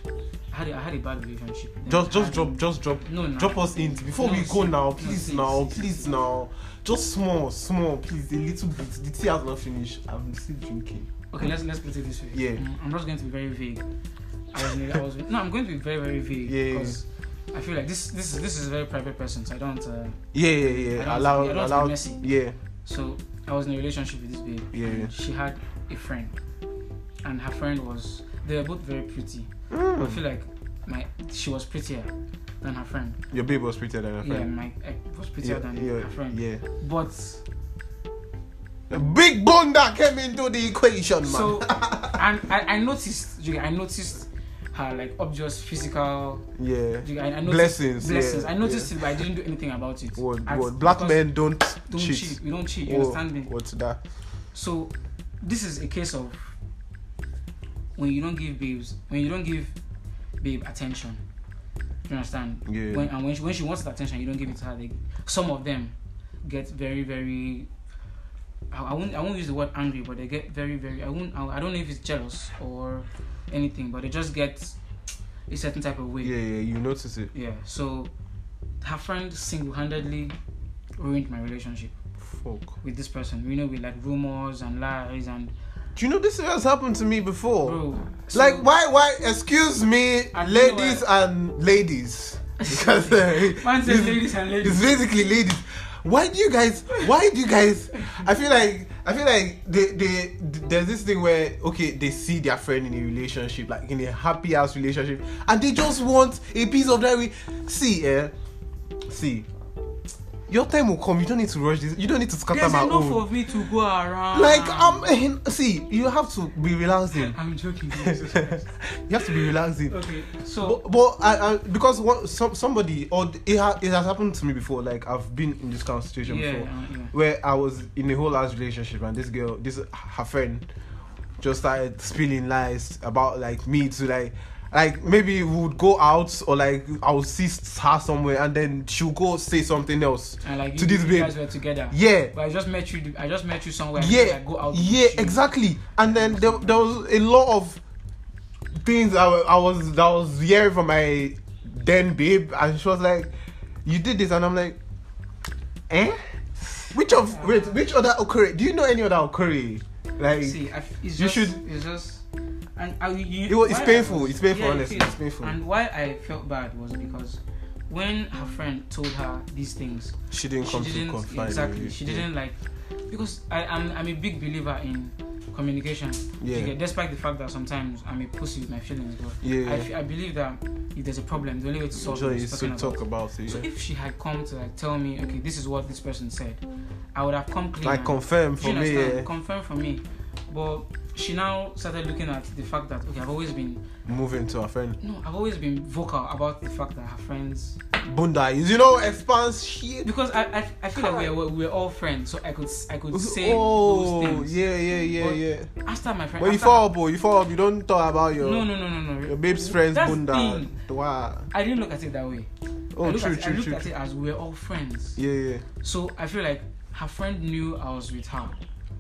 [SPEAKER 3] I had a, I had a bad relationship. Then
[SPEAKER 2] Just,
[SPEAKER 3] I
[SPEAKER 2] just
[SPEAKER 3] had-
[SPEAKER 2] drop, just drop,
[SPEAKER 3] No, no.
[SPEAKER 2] drop us in before
[SPEAKER 3] No,
[SPEAKER 2] we go
[SPEAKER 3] see,
[SPEAKER 2] now.
[SPEAKER 3] no,
[SPEAKER 2] Please
[SPEAKER 3] see,
[SPEAKER 2] now,
[SPEAKER 3] see,
[SPEAKER 2] please
[SPEAKER 3] see.
[SPEAKER 2] now. Just small, small, please. A little bit. The tea has not finished. I'm still drinking.
[SPEAKER 3] Okay, let's let's put it this way.
[SPEAKER 2] Yeah.
[SPEAKER 3] Mm, I'm just going to be very vague. I was, I was no, I'm going to be very very vague.
[SPEAKER 2] Yeah, yeah,
[SPEAKER 3] Because I feel like this this is this is a very private person, so I don't. Uh,
[SPEAKER 2] Yeah,
[SPEAKER 3] I
[SPEAKER 2] yeah,
[SPEAKER 3] don't
[SPEAKER 2] yeah.
[SPEAKER 3] I
[SPEAKER 2] Allow,
[SPEAKER 3] don't have to be
[SPEAKER 2] allow.
[SPEAKER 3] messy.
[SPEAKER 2] Yeah,
[SPEAKER 3] So I was in a relationship with this babe.
[SPEAKER 2] Yeah,
[SPEAKER 3] and
[SPEAKER 2] yeah.
[SPEAKER 3] She had a friend, and her friend was. They were both very pretty. I
[SPEAKER 2] Mm.
[SPEAKER 3] feel like my she was prettier than her friend.
[SPEAKER 2] your babe was prettier than her
[SPEAKER 3] Yeah,
[SPEAKER 2] friend.
[SPEAKER 3] my I was prettier than
[SPEAKER 2] yeah,
[SPEAKER 3] her friend.
[SPEAKER 2] yeah.
[SPEAKER 3] But
[SPEAKER 2] A big bone that came into the equation, man.
[SPEAKER 3] so and I, I noticed Julie, I noticed her like obvious physical
[SPEAKER 2] yeah.
[SPEAKER 3] Julie, I, I noticed,
[SPEAKER 2] Blessings,
[SPEAKER 3] Blessings.
[SPEAKER 2] yeah,
[SPEAKER 3] I noticed it but I didn't do anything about it.
[SPEAKER 2] What,
[SPEAKER 3] At-
[SPEAKER 2] what? Black
[SPEAKER 3] because
[SPEAKER 2] men don't,
[SPEAKER 3] don't cheat.
[SPEAKER 2] cheat.
[SPEAKER 3] We don't cheat, you
[SPEAKER 2] Whoa,
[SPEAKER 3] understand me?
[SPEAKER 2] What's that?
[SPEAKER 3] So this is a case of when you don't give babes when you don't give babe attention. You understand?
[SPEAKER 2] Yeah.
[SPEAKER 3] When and when she, when she wants the attention, you don't give it to her. They, some of them get very very. I, I won't I won't use the word angry, but they get very very. I won't. I, I don't know if it's jealous or anything, but they just get a certain type of way.
[SPEAKER 2] Yeah, yeah. You notice it.
[SPEAKER 3] Yeah. So her friend single-handedly ruined my relationship
[SPEAKER 2] Fuck.
[SPEAKER 3] with this person. You know, with like rumors and lies and
[SPEAKER 2] Do you know this has happened to me before?
[SPEAKER 3] bro.
[SPEAKER 2] like
[SPEAKER 3] so-
[SPEAKER 2] why why excuse me
[SPEAKER 3] And you know
[SPEAKER 2] ladies and ladies because uh,
[SPEAKER 3] Man says
[SPEAKER 2] it's-
[SPEAKER 3] ladies and ladies.
[SPEAKER 2] it's basically ladies why do you guys why do you guys i feel like i feel like they, they there's this thing where okay they see their friend in a relationship like in a happy ass relationship and they just want a piece of that re- see eh see your time will come. You don't need to rush this. You don't need to scatter
[SPEAKER 3] There's
[SPEAKER 2] my
[SPEAKER 3] enough
[SPEAKER 2] own.
[SPEAKER 3] of me to go around.
[SPEAKER 2] Like um, see, you have to be relaxing.
[SPEAKER 3] I'm joking. Jesus Christ.
[SPEAKER 2] you have to be relaxing.
[SPEAKER 3] okay, so
[SPEAKER 2] But, but I, I, because what, some, somebody or th- it, ha, it has happened to me before. Like I've been in this kind of situation
[SPEAKER 3] yeah,
[SPEAKER 2] before,
[SPEAKER 3] uh, yeah.
[SPEAKER 2] where I was in a whole ass relationship and this girl, this her friend, just started spilling lies about like me to like, like maybe we would go out or like I would see her somewhere and then she'll go say something else.
[SPEAKER 3] And like
[SPEAKER 2] To
[SPEAKER 3] you,
[SPEAKER 2] this
[SPEAKER 3] you
[SPEAKER 2] babe.
[SPEAKER 3] guys were together.
[SPEAKER 2] Yeah,
[SPEAKER 3] But I just met you. I just met you somewhere. and
[SPEAKER 2] yeah,
[SPEAKER 3] I go out.
[SPEAKER 2] yeah,
[SPEAKER 3] with you.
[SPEAKER 2] exactly. And then there, there was a lot of things I, wa- I was that I was hearing from my then babe, and she was like, "You did this," and I'm like, "Eh? Which of wait, which other Okuri? Do you know any other Okuri? Like,
[SPEAKER 3] See, I, it's just,
[SPEAKER 2] You should-
[SPEAKER 3] It's just. And I, you,
[SPEAKER 2] It was- it's
[SPEAKER 3] why I
[SPEAKER 2] painful, it's painful,
[SPEAKER 3] it
[SPEAKER 2] honestly,
[SPEAKER 3] is.
[SPEAKER 2] it's painful.
[SPEAKER 3] And why I felt bad was because when her friend told her these things,
[SPEAKER 2] she didn't
[SPEAKER 3] she
[SPEAKER 2] come to
[SPEAKER 3] didn't
[SPEAKER 2] confide
[SPEAKER 3] exactly.
[SPEAKER 2] with
[SPEAKER 3] She
[SPEAKER 2] you.
[SPEAKER 3] didn't like because I, I'm I'm a big believer in communication.
[SPEAKER 2] Yeah.
[SPEAKER 3] You get- despite the fact that sometimes I'm a pussy with my feelings, but
[SPEAKER 2] Yeah,
[SPEAKER 3] I, f- I believe that if there's a problem, the only way to solve
[SPEAKER 2] so
[SPEAKER 3] it
[SPEAKER 2] it's
[SPEAKER 3] is
[SPEAKER 2] to
[SPEAKER 3] talking about.
[SPEAKER 2] talk about it.
[SPEAKER 3] So
[SPEAKER 2] yeah.
[SPEAKER 3] if she had come to like tell me, okay, this is what this person said, I would have come clean.
[SPEAKER 2] Like
[SPEAKER 3] and-
[SPEAKER 2] confirm
[SPEAKER 3] do
[SPEAKER 2] for
[SPEAKER 3] you
[SPEAKER 2] me. eh,
[SPEAKER 3] understand?
[SPEAKER 2] Yeah.
[SPEAKER 3] Confirm for me. But she now started looking at the fact that okay, I've always been
[SPEAKER 2] Moving to a friend.
[SPEAKER 3] no, I've always been vocal about the fact that her friends
[SPEAKER 2] Bunda is you know expanse shit.
[SPEAKER 3] because I I, I feel like we were, we were all friends, so I could I could say
[SPEAKER 2] oh,
[SPEAKER 3] those things.
[SPEAKER 2] yeah, yeah, yeah,
[SPEAKER 3] But-
[SPEAKER 2] yeah.
[SPEAKER 3] After my friend,
[SPEAKER 2] When you
[SPEAKER 3] after-
[SPEAKER 2] fall up, oh, you fall up. You don't talk about your
[SPEAKER 3] no no no no no.
[SPEAKER 2] your babe's friends,
[SPEAKER 3] That's
[SPEAKER 2] bunda.
[SPEAKER 3] thing.
[SPEAKER 2] Wow.
[SPEAKER 3] I didn't look at it that way. I
[SPEAKER 2] Oh,
[SPEAKER 3] looked
[SPEAKER 2] true,
[SPEAKER 3] at, it- I
[SPEAKER 2] true,
[SPEAKER 3] looked
[SPEAKER 2] true.
[SPEAKER 3] at it as we're all friends.
[SPEAKER 2] Yeah, yeah,
[SPEAKER 3] So I feel like her friend knew I was with her.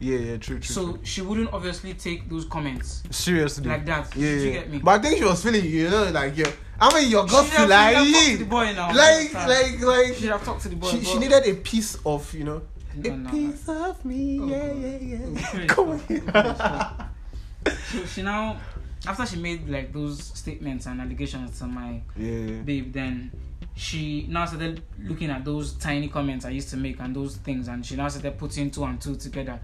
[SPEAKER 2] yeah, yeah. True, true.
[SPEAKER 3] So
[SPEAKER 2] true.
[SPEAKER 3] she wouldn't obviously take those comments
[SPEAKER 2] seriously,
[SPEAKER 3] like that.
[SPEAKER 2] yeah,
[SPEAKER 3] Did
[SPEAKER 2] yeah.
[SPEAKER 3] you get me?
[SPEAKER 2] But I think she was feeling, you know, like yeah. I mean, your
[SPEAKER 3] She
[SPEAKER 2] gut
[SPEAKER 3] should
[SPEAKER 2] feel
[SPEAKER 3] have-
[SPEAKER 2] like,
[SPEAKER 3] she should have talked to the
[SPEAKER 2] like,
[SPEAKER 3] boy now.
[SPEAKER 2] like,
[SPEAKER 3] Understand?
[SPEAKER 2] like,
[SPEAKER 3] She should have talked to the boy.
[SPEAKER 2] She, she
[SPEAKER 3] but-
[SPEAKER 2] needed a piece of, you know,
[SPEAKER 3] No,
[SPEAKER 2] a
[SPEAKER 3] no.
[SPEAKER 2] piece of me.
[SPEAKER 3] Oh,
[SPEAKER 2] yeah,
[SPEAKER 3] God.
[SPEAKER 2] yeah,
[SPEAKER 3] Oh,
[SPEAKER 2] yeah.
[SPEAKER 3] praise
[SPEAKER 2] Come
[SPEAKER 3] God.
[SPEAKER 2] on.
[SPEAKER 3] Oh, praise God. So she now, after she made like those statements and allegations to my
[SPEAKER 2] Yeah, yeah.
[SPEAKER 3] babe, then she now started looking at those tiny comments I used to make and those things, and she now started putting two and two together.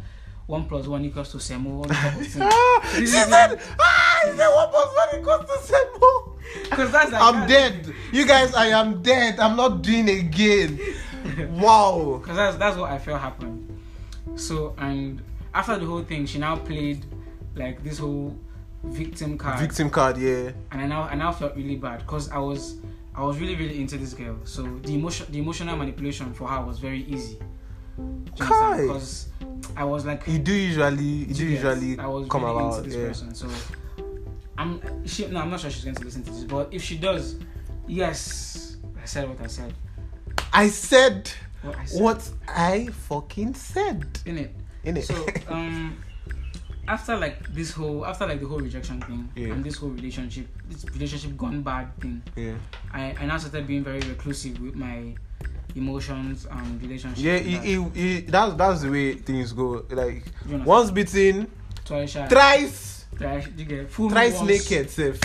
[SPEAKER 3] One plus one equals to seven. all the whole thing.
[SPEAKER 2] Ah, she
[SPEAKER 3] This is-
[SPEAKER 2] said, ah, she said, what was funny? Cause to say more.
[SPEAKER 3] 'Cause that's like
[SPEAKER 2] I'm dead. You guys, I am dead. I'm not doing again. Wow.
[SPEAKER 3] Because that's that's what I felt happened. So and after the whole thing, she now played like this whole victim card.
[SPEAKER 2] Victim card, yeah.
[SPEAKER 3] and I now I now felt really bad because I was I was really really into this girl. So the emotion the emotional manipulation for her was very easy.
[SPEAKER 2] Kai.
[SPEAKER 3] Because I was like
[SPEAKER 2] You do usually, you do
[SPEAKER 3] yes,
[SPEAKER 2] usually
[SPEAKER 3] I was
[SPEAKER 2] come
[SPEAKER 3] really
[SPEAKER 2] about.
[SPEAKER 3] into this
[SPEAKER 2] yeah.
[SPEAKER 3] person. So I'm she no I'm not sure she's going to listen to this, but if she does, yes, I said what I said.
[SPEAKER 2] I said
[SPEAKER 3] What I said.
[SPEAKER 2] what I fucking said.
[SPEAKER 3] in it.
[SPEAKER 2] In it.
[SPEAKER 3] So um after like this whole after like the whole rejection thing
[SPEAKER 2] Yeah.
[SPEAKER 3] and this whole relationship this relationship gone bad thing
[SPEAKER 2] yeah.
[SPEAKER 3] I, I now started being very reclusive with my emotions and relationships.
[SPEAKER 2] Yeah.
[SPEAKER 3] and that.
[SPEAKER 2] It, it, it, that's that's the way things go. Like
[SPEAKER 3] You know,
[SPEAKER 2] once beaten,
[SPEAKER 3] twice shy.
[SPEAKER 2] thrice,
[SPEAKER 3] Thrice, you get fool me
[SPEAKER 2] thrice
[SPEAKER 3] once.
[SPEAKER 2] naked, safe.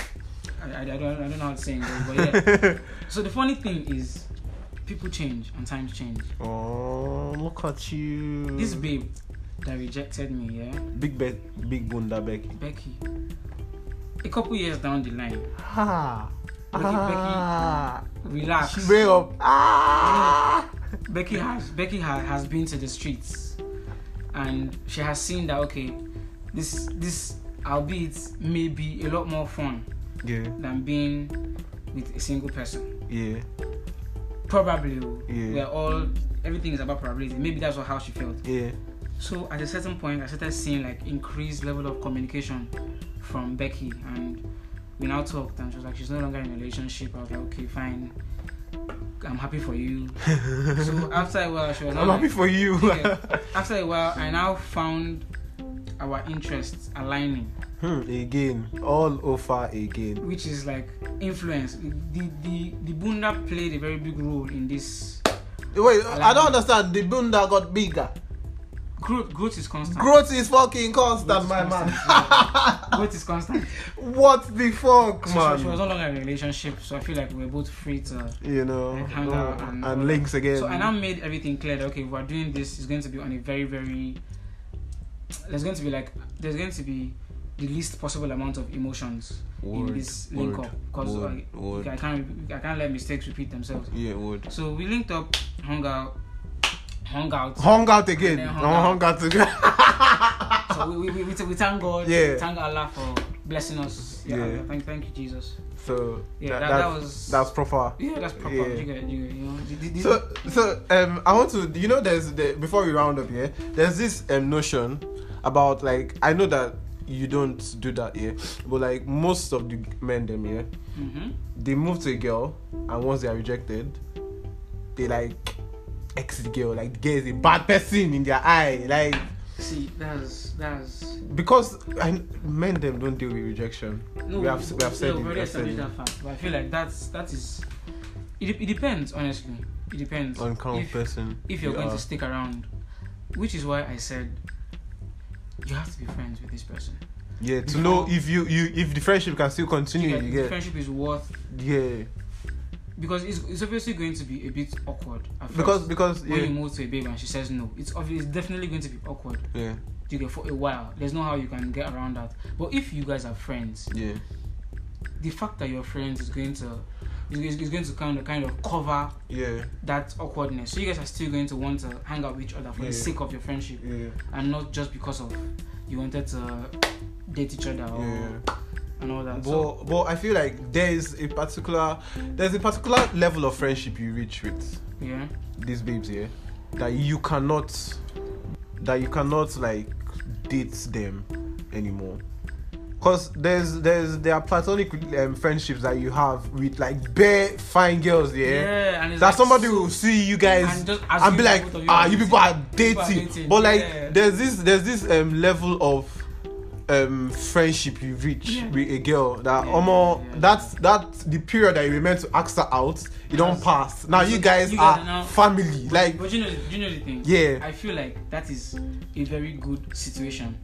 [SPEAKER 3] I, I, I don't, I don't know how to say it, but yeah. so the funny thing is, people change and times change.
[SPEAKER 2] oh, look at you.
[SPEAKER 3] This babe that rejected me, yeah,
[SPEAKER 2] big be- big bunda Becky.
[SPEAKER 3] Becky. A couple years down the line,
[SPEAKER 2] Ha.
[SPEAKER 3] Becky,
[SPEAKER 2] Ah.
[SPEAKER 3] relax.
[SPEAKER 2] She break up. Ah.
[SPEAKER 3] Becky has Becky ha, has been to the streets, and she has seen that okay, this this albeit may be a lot more fun
[SPEAKER 2] Yeah.
[SPEAKER 3] than being with a single person.
[SPEAKER 2] Yeah.
[SPEAKER 3] Probably,
[SPEAKER 2] Yeah.
[SPEAKER 3] we're all everything is about probability. Maybe that's what, how she felt.
[SPEAKER 2] Yeah.
[SPEAKER 3] So at a certain point, I started seeing like increased level of communication from Becky, and we now talked, and she was like, she's no longer in a relationship. I was like, okay, fine. I'm happy for you. so after a while, she was
[SPEAKER 2] I'm
[SPEAKER 3] like,
[SPEAKER 2] happy for you.
[SPEAKER 3] Yeah. after a while, I now found our interests aligning,
[SPEAKER 2] Hmm, again, all over again.
[SPEAKER 3] which is like influence. The the the bunda played a very big role in this.
[SPEAKER 2] Wait, I don't understand. The bunda got bigger.
[SPEAKER 3] Growth growth is constant.
[SPEAKER 2] Growth is fucking
[SPEAKER 3] Growth
[SPEAKER 2] constant,
[SPEAKER 3] is
[SPEAKER 2] my man.
[SPEAKER 3] constant. growth is constant.
[SPEAKER 2] What the fuck,
[SPEAKER 3] So she, she was
[SPEAKER 2] man?
[SPEAKER 3] no longer in a relationship, so I feel like we we're both free to.
[SPEAKER 2] You know,
[SPEAKER 3] Like, hang
[SPEAKER 2] no,
[SPEAKER 3] out
[SPEAKER 2] and,
[SPEAKER 3] and all
[SPEAKER 2] links again.
[SPEAKER 3] So I now made everything clear. That, okay, if we're doing this, it's going to be on a very very. There's going to be like there's going to be the least possible amount of emotions. in this link up because
[SPEAKER 2] word,
[SPEAKER 3] I,
[SPEAKER 2] word.
[SPEAKER 3] I can't I can't let mistakes repeat themselves.
[SPEAKER 2] yeah, would.
[SPEAKER 3] So we linked up, hung out, hung out.
[SPEAKER 2] Hung out again.
[SPEAKER 3] And then hung
[SPEAKER 2] Hung, hung out again.
[SPEAKER 3] so we, we, we, we thank God.
[SPEAKER 2] Yeah.
[SPEAKER 3] Thank Allah for blessing us. Yeah.
[SPEAKER 2] Yeah.
[SPEAKER 3] Thank, thank you, Jesus.
[SPEAKER 2] so
[SPEAKER 3] Yeah, that-
[SPEAKER 2] that's,
[SPEAKER 3] that was-
[SPEAKER 2] that's proper.
[SPEAKER 3] Yeah, that's proper.
[SPEAKER 2] Yeah.
[SPEAKER 3] You get, you get, you know. the- the- the-
[SPEAKER 2] So, so um, I want to, you know, there's the, before we round up here, there's this um, notion about like I know that you don't do that here, but like most of the men them here,
[SPEAKER 3] Mhm.
[SPEAKER 2] they move to a girl, and once they are rejected, they like exit the girl, like the girl is a bad person in their eye, like
[SPEAKER 3] See, that's that's.
[SPEAKER 2] because I, men them don't deal with rejection. we have we have said
[SPEAKER 3] no,
[SPEAKER 2] it. we
[SPEAKER 3] already
[SPEAKER 2] have said
[SPEAKER 3] established
[SPEAKER 2] it.
[SPEAKER 3] that fact. But I feel like that's that is. It, de- it depends, honestly. It depends.
[SPEAKER 2] On kind of
[SPEAKER 3] if,
[SPEAKER 2] person.
[SPEAKER 3] if you're
[SPEAKER 2] you
[SPEAKER 3] going
[SPEAKER 2] are.
[SPEAKER 3] to stick around, which is why I said you have to be friends with this person.
[SPEAKER 2] yeah, to
[SPEAKER 3] before-
[SPEAKER 2] know if you you if the friendship can still continue,
[SPEAKER 3] Like,
[SPEAKER 2] you
[SPEAKER 3] the
[SPEAKER 2] get
[SPEAKER 3] friendship is worth
[SPEAKER 2] yeah.
[SPEAKER 3] because it's, it's obviously going to be a bit awkward at first.
[SPEAKER 2] Because because
[SPEAKER 3] when you
[SPEAKER 2] yeah,
[SPEAKER 3] move to a babe and she says no, it's obvious. It's definitely going to be awkward.
[SPEAKER 2] yeah,
[SPEAKER 3] You get for a while. There's no how you can get around that. But if you guys are friends,
[SPEAKER 2] yeah.
[SPEAKER 3] the fact that you're friends is going to is, is- is going to kind of kind of cover
[SPEAKER 2] Yeah,
[SPEAKER 3] that awkwardness. So you guys are still going to want to hang out with each other for
[SPEAKER 2] Yeah.
[SPEAKER 3] the sake of your friendship
[SPEAKER 2] yeah,
[SPEAKER 3] and not just because of you wanted to date each other or,
[SPEAKER 2] yeah.
[SPEAKER 3] and Oh, all that. so,
[SPEAKER 2] But but I feel like there is a particular there's a particular level of friendship you reach with
[SPEAKER 3] yeah.
[SPEAKER 2] these babes here that you cannot that you cannot like date them anymore. Cause there's there's there are platonic um, friendships that you have with like bare fine girls, yeah.
[SPEAKER 3] and it's
[SPEAKER 2] That
[SPEAKER 3] like
[SPEAKER 2] somebody
[SPEAKER 3] so-
[SPEAKER 2] will see you guys
[SPEAKER 3] and just
[SPEAKER 2] and
[SPEAKER 3] assume
[SPEAKER 2] be
[SPEAKER 3] that
[SPEAKER 2] like,
[SPEAKER 3] both of
[SPEAKER 2] ah, you people are dating.
[SPEAKER 3] people are dating,
[SPEAKER 2] But like,
[SPEAKER 3] yeah.
[SPEAKER 2] there's this, there's this um level of um friendship you reach
[SPEAKER 3] Yeah.
[SPEAKER 2] with a girl that
[SPEAKER 3] Yeah,
[SPEAKER 2] almost
[SPEAKER 3] yeah, yeah.
[SPEAKER 2] that's that's the period that you were meant to ask her out. You don't
[SPEAKER 3] Yes.
[SPEAKER 2] pass. Now you
[SPEAKER 3] You-
[SPEAKER 2] guys
[SPEAKER 3] you
[SPEAKER 2] are
[SPEAKER 3] gotta now-
[SPEAKER 2] family. Like,
[SPEAKER 3] But you know, you know the thing.
[SPEAKER 2] Yeah.
[SPEAKER 3] I feel like that is a very good situation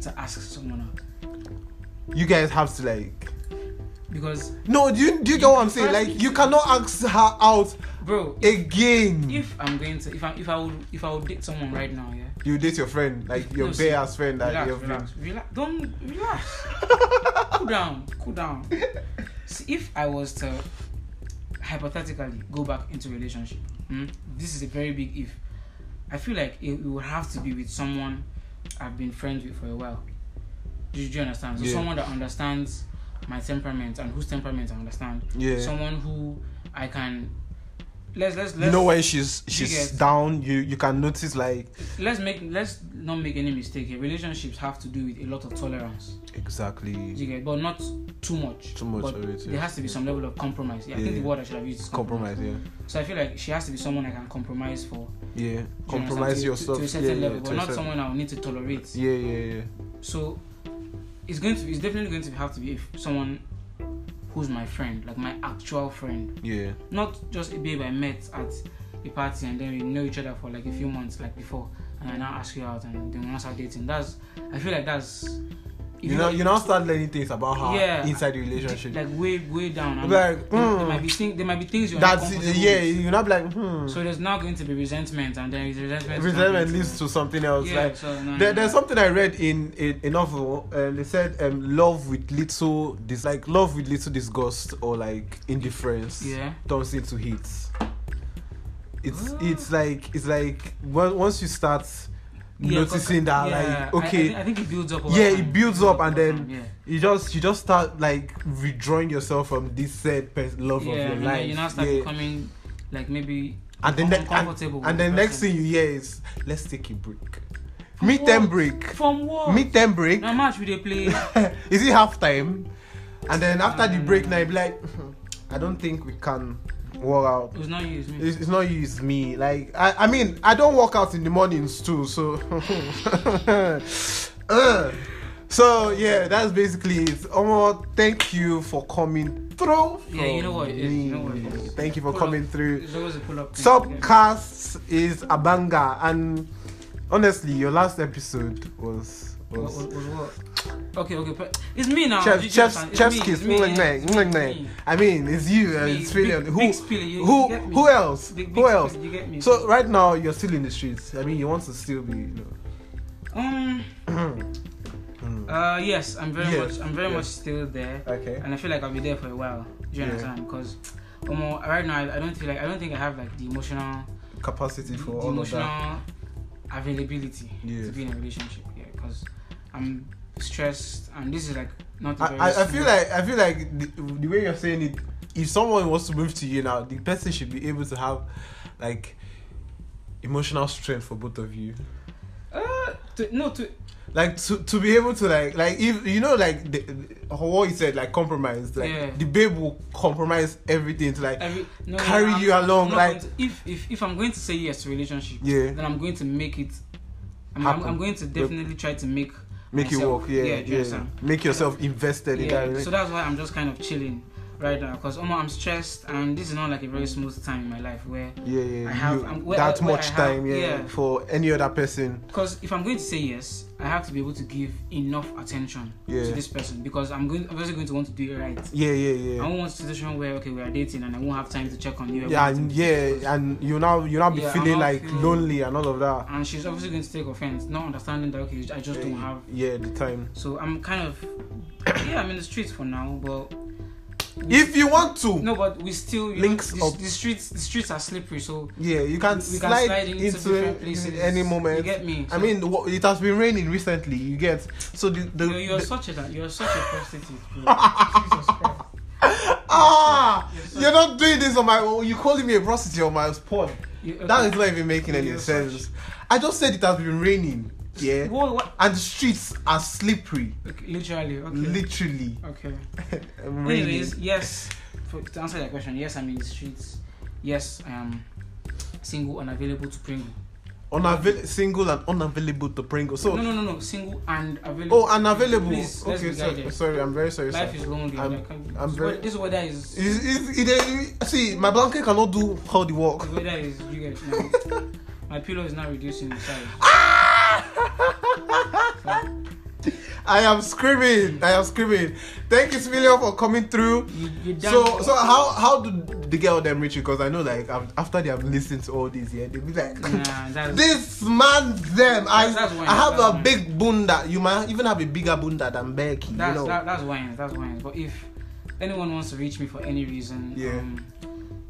[SPEAKER 3] to ask someone out
[SPEAKER 2] you guys have to like.
[SPEAKER 3] because,
[SPEAKER 2] No, do you do you get what I'm saying?
[SPEAKER 3] First-
[SPEAKER 2] Like, you cannot ask her out
[SPEAKER 3] bro,
[SPEAKER 2] again.
[SPEAKER 3] if I'm going to, if I, if I would, if I would date someone right now, yeah.
[SPEAKER 2] you date your friend, like your
[SPEAKER 3] No, see,
[SPEAKER 2] bare ass friend that
[SPEAKER 3] relax,
[SPEAKER 2] you've been.
[SPEAKER 3] relax, relax. Don't relax. cool down, cool down. See, if I was to hypothetically go back into relationship, hmm, this is a very big if. I feel like it, it would have to be with someone I've been friends with for a while. Do you, do you understand? So
[SPEAKER 2] Yeah.
[SPEAKER 3] someone that understands my temperament and whose temperament I understand.
[SPEAKER 2] Yeah.
[SPEAKER 3] Someone who I can. Let's let's let's
[SPEAKER 2] you know when she's she's
[SPEAKER 3] Biggest.
[SPEAKER 2] down, you you can notice like
[SPEAKER 3] let's make let's not make any mistake here. Relationships have to do with a lot of tolerance.
[SPEAKER 2] exactly
[SPEAKER 3] You get, but not too much.
[SPEAKER 2] Too much
[SPEAKER 3] But
[SPEAKER 2] already,
[SPEAKER 3] there has to be
[SPEAKER 2] yeah.
[SPEAKER 3] some level of compromise. Yeah, I think
[SPEAKER 2] Yeah.
[SPEAKER 3] the word I should have used is compromise.
[SPEAKER 2] compromise. Yeah,
[SPEAKER 3] So I feel like she has to be someone I can compromise for.
[SPEAKER 2] yeah.
[SPEAKER 3] Do you
[SPEAKER 2] Compromise yourself.
[SPEAKER 3] understand? to, to, to a
[SPEAKER 2] yeah,
[SPEAKER 3] certain
[SPEAKER 2] yeah,
[SPEAKER 3] level,
[SPEAKER 2] to
[SPEAKER 3] but
[SPEAKER 2] a
[SPEAKER 3] not
[SPEAKER 2] certain-
[SPEAKER 3] someone I will need to tolerate.
[SPEAKER 2] Yeah, yeah, yeah.
[SPEAKER 3] So it's going to be, it's definitely going to have to be if someone who's my friend, like my actual friend,
[SPEAKER 2] Yeah,
[SPEAKER 3] not just a babe I met at a party and then we know each other for like a few months, like before, and I now ask you out and then we now start dating. That's I feel like that's if
[SPEAKER 2] you know, you now start learning things about her
[SPEAKER 3] Yeah.
[SPEAKER 2] inside the relationship.
[SPEAKER 3] like way way down. and
[SPEAKER 2] Like,
[SPEAKER 3] there,
[SPEAKER 2] mm.
[SPEAKER 3] there might be things there might be things you're
[SPEAKER 2] That's
[SPEAKER 3] not comfortable
[SPEAKER 2] yeah.
[SPEAKER 3] with.
[SPEAKER 2] You're not be like hmm.
[SPEAKER 3] So there's now going to be resentment, and then resentment.
[SPEAKER 2] resentment leads to something else.
[SPEAKER 3] yeah.
[SPEAKER 2] like
[SPEAKER 3] so, no,
[SPEAKER 2] there,
[SPEAKER 3] no.
[SPEAKER 2] there's something I read in in a novel, and they said um love with little dis like love with little disgust or like indifference.
[SPEAKER 3] Yeah.
[SPEAKER 2] turns into hate. It's
[SPEAKER 3] Ah.
[SPEAKER 2] it's like it's like on- once you start
[SPEAKER 3] Yeah, 'cause-
[SPEAKER 2] noticing that
[SPEAKER 3] yeah,
[SPEAKER 2] like okay.
[SPEAKER 3] I, I, thi- I think it builds up. over
[SPEAKER 2] Yeah, it
[SPEAKER 3] time.
[SPEAKER 2] builds up and
[SPEAKER 3] over
[SPEAKER 2] then
[SPEAKER 3] time, yeah.
[SPEAKER 2] you just you just start like withdrawing yourself from this said pers- love
[SPEAKER 3] yeah,
[SPEAKER 2] of your
[SPEAKER 3] and
[SPEAKER 2] life.
[SPEAKER 3] Then you now start
[SPEAKER 2] yeah.
[SPEAKER 3] becoming like maybe
[SPEAKER 2] and the ne- and,
[SPEAKER 3] uncomfortable.
[SPEAKER 2] and
[SPEAKER 3] with
[SPEAKER 2] the
[SPEAKER 3] the
[SPEAKER 2] next
[SPEAKER 3] person.
[SPEAKER 2] thing you hear is let's take a break.
[SPEAKER 3] For
[SPEAKER 2] Meet them
[SPEAKER 3] what?
[SPEAKER 2] break.
[SPEAKER 3] from what?
[SPEAKER 2] Meet them break.
[SPEAKER 3] Now match we they play.
[SPEAKER 2] is it half time? And then after the
[SPEAKER 3] Mm.
[SPEAKER 2] break now you be like "Hmm, I don't think we can work out.
[SPEAKER 3] It's not you, it's me.
[SPEAKER 2] It's, it's not you, it's me. Like I, I mean, I don't work out in the mornings too, so. Ugh. so yeah, that's basically it. Omo, thank you for coming through.
[SPEAKER 3] Yeah, you know
[SPEAKER 2] for
[SPEAKER 3] what it is, you know what it
[SPEAKER 2] me.
[SPEAKER 3] is.
[SPEAKER 2] Thank you for
[SPEAKER 3] Pull
[SPEAKER 2] coming
[SPEAKER 3] up.
[SPEAKER 2] through.
[SPEAKER 3] It's always a pull up. thing, yeah.
[SPEAKER 2] Subcast is a banger, and honestly, your last episode was
[SPEAKER 3] What,
[SPEAKER 2] was.
[SPEAKER 3] what, what, what? Okay, okay, but it's me now.
[SPEAKER 2] Chef,
[SPEAKER 3] you
[SPEAKER 2] chef's,
[SPEAKER 3] understand? It's
[SPEAKER 2] chef's
[SPEAKER 3] me,
[SPEAKER 2] kiss.
[SPEAKER 3] it's me,
[SPEAKER 2] mwah, mwah,
[SPEAKER 3] it's me,
[SPEAKER 2] mwah,
[SPEAKER 3] it's
[SPEAKER 2] mwah.
[SPEAKER 3] me.
[SPEAKER 2] I mean, it's you. and
[SPEAKER 3] Me,
[SPEAKER 2] It's really
[SPEAKER 3] big-
[SPEAKER 2] who
[SPEAKER 3] big spiller, you- you
[SPEAKER 2] who
[SPEAKER 3] get me.
[SPEAKER 2] who else?
[SPEAKER 3] Big-
[SPEAKER 2] who
[SPEAKER 3] big
[SPEAKER 2] else?
[SPEAKER 3] spiller, you get me.
[SPEAKER 2] So right now you're still in the streets. I mean, you want to still be. You know,
[SPEAKER 3] Um. uh, yes, I'm very
[SPEAKER 2] Yeah,
[SPEAKER 3] much, I'm very
[SPEAKER 2] yeah.
[SPEAKER 3] much still there,
[SPEAKER 2] okay.
[SPEAKER 3] and I feel like I'll be there for a while. Do you
[SPEAKER 2] Yeah.
[SPEAKER 3] understand? Because, um, right now I, I don't feel like I don't think I have like the emotional
[SPEAKER 2] capacity for
[SPEAKER 3] the
[SPEAKER 2] all of that.
[SPEAKER 3] emotional availability
[SPEAKER 2] Yes.
[SPEAKER 3] to be in a relationship. Yeah, because I'm stressed, and this is like not. a
[SPEAKER 2] I,
[SPEAKER 3] very
[SPEAKER 2] I, I feel
[SPEAKER 3] small-
[SPEAKER 2] like I feel like the, the way you're saying it, if someone wants to move to you now, the person should be able to have like emotional strength for both of you.
[SPEAKER 3] Uh, to, no, to
[SPEAKER 2] Like to, to be able to like like if you know like the, the, what you said like compromise like
[SPEAKER 3] Yeah.
[SPEAKER 2] the babe will compromise everything to like
[SPEAKER 3] every no, no,
[SPEAKER 2] Carry
[SPEAKER 3] I'm-
[SPEAKER 2] you along,
[SPEAKER 3] I'm not
[SPEAKER 2] like-
[SPEAKER 3] going to- if if if I'm going to say yes to relationship,
[SPEAKER 2] yeah
[SPEAKER 3] then I'm going to make it. I'm, I'm,
[SPEAKER 2] Happen.
[SPEAKER 3] I'm going to definitely try to make
[SPEAKER 2] make it
[SPEAKER 3] myself-
[SPEAKER 2] work yeah
[SPEAKER 3] yeah,
[SPEAKER 2] yeah,
[SPEAKER 3] do you understand?
[SPEAKER 2] make yourself invested in
[SPEAKER 3] yeah,
[SPEAKER 2] that relationship.
[SPEAKER 3] so that's why I'm just kind of chilling right now because I'm stressed and this is not like a very smooth time in my life where
[SPEAKER 2] yeah, yeah.
[SPEAKER 3] I have-
[SPEAKER 2] you-
[SPEAKER 3] I'm- where
[SPEAKER 2] that
[SPEAKER 3] I- where I
[SPEAKER 2] much
[SPEAKER 3] have-
[SPEAKER 2] time, yeah,
[SPEAKER 3] yeah.
[SPEAKER 2] for any other person.
[SPEAKER 3] because if I'm going to say yes, I have to be able to give enough attention
[SPEAKER 2] Yeah.
[SPEAKER 3] to this person because I'm going obviously going to want to do it right.
[SPEAKER 2] Yeah,
[SPEAKER 3] I
[SPEAKER 2] yeah,
[SPEAKER 3] won't want a situation where okay we are dating and I won't have time to check on you.
[SPEAKER 2] yeah.
[SPEAKER 3] I won't
[SPEAKER 2] Yeah,
[SPEAKER 3] have
[SPEAKER 2] and
[SPEAKER 3] time to-
[SPEAKER 2] yeah, and you now you now be
[SPEAKER 3] Yeah, I'm
[SPEAKER 2] feeling
[SPEAKER 3] not
[SPEAKER 2] like
[SPEAKER 3] feeling-
[SPEAKER 2] lonely and all of that.
[SPEAKER 3] And she's obviously going to take offense, not understanding that okay I just don't
[SPEAKER 2] yeah,
[SPEAKER 3] have.
[SPEAKER 2] yeah, the time.
[SPEAKER 3] So I'm kind of yeah I'm in the streets for now, but
[SPEAKER 2] If you want to,
[SPEAKER 3] no, but we still you
[SPEAKER 2] Links
[SPEAKER 3] know, the,
[SPEAKER 2] up.
[SPEAKER 3] the streets the streets are slippery, so
[SPEAKER 2] yeah, you can,
[SPEAKER 3] we
[SPEAKER 2] slide,
[SPEAKER 3] can slide into, different places
[SPEAKER 2] any moment.
[SPEAKER 3] You get me?
[SPEAKER 2] I mean, what- it has been raining recently. You get so the, the,
[SPEAKER 3] you're, you're
[SPEAKER 2] the-
[SPEAKER 3] such a you're such a prostitute. Bro. Jesus Christ.
[SPEAKER 2] ah,
[SPEAKER 3] You're such-
[SPEAKER 2] you're not doing this on my. oh, You calling me a prostitute on my pod?
[SPEAKER 3] You-
[SPEAKER 2] That
[SPEAKER 3] okay.
[SPEAKER 2] is not even making any
[SPEAKER 3] You're such-
[SPEAKER 2] sense. I just said it has been raining. Yeah,
[SPEAKER 3] What, what?
[SPEAKER 2] and the streets are slippery.
[SPEAKER 3] Okay, literally. Okay.
[SPEAKER 2] Literally.
[SPEAKER 3] okay.
[SPEAKER 2] I'm
[SPEAKER 3] Anyways, yes. For, to answer your question, yes, I'm in the streets. Yes, I am single and available to Pringle.
[SPEAKER 2] Unavail- single and unavailable to Pringle. So,
[SPEAKER 3] no, no, no, no. Single and available.
[SPEAKER 2] oh, unavailable.
[SPEAKER 3] Please, let's
[SPEAKER 2] okay,
[SPEAKER 3] be
[SPEAKER 2] sorry,
[SPEAKER 3] guided.
[SPEAKER 2] sorry, I'm very sorry.
[SPEAKER 3] Life
[SPEAKER 2] sir.
[SPEAKER 3] is lonely.
[SPEAKER 2] I'm-
[SPEAKER 3] like, I'm-
[SPEAKER 2] I'm
[SPEAKER 3] this,
[SPEAKER 2] very-
[SPEAKER 3] wea- this weather is.
[SPEAKER 2] It's- it's- it- it- see, my blanket cannot do all the work.
[SPEAKER 3] The weather is. You guys know. My pillow is not reducing in size.
[SPEAKER 2] I am screaming. I am screaming. Thank you, Smilio, for coming through.
[SPEAKER 3] You, you damn-
[SPEAKER 2] So, so how how do the girl them reach you? Because I know, like, af- after they have listened to all this, yeah, they be like,
[SPEAKER 3] Nah, that's.
[SPEAKER 2] this man them. I
[SPEAKER 3] That's why,
[SPEAKER 2] I have
[SPEAKER 3] that's
[SPEAKER 2] a
[SPEAKER 3] why.
[SPEAKER 2] big bunda. You might even have a bigger bunda than Becky.
[SPEAKER 3] That's
[SPEAKER 2] you know.
[SPEAKER 3] that, that's wine. That's wine. But if anyone wants to reach me for any reason,
[SPEAKER 2] Yeah.
[SPEAKER 3] um,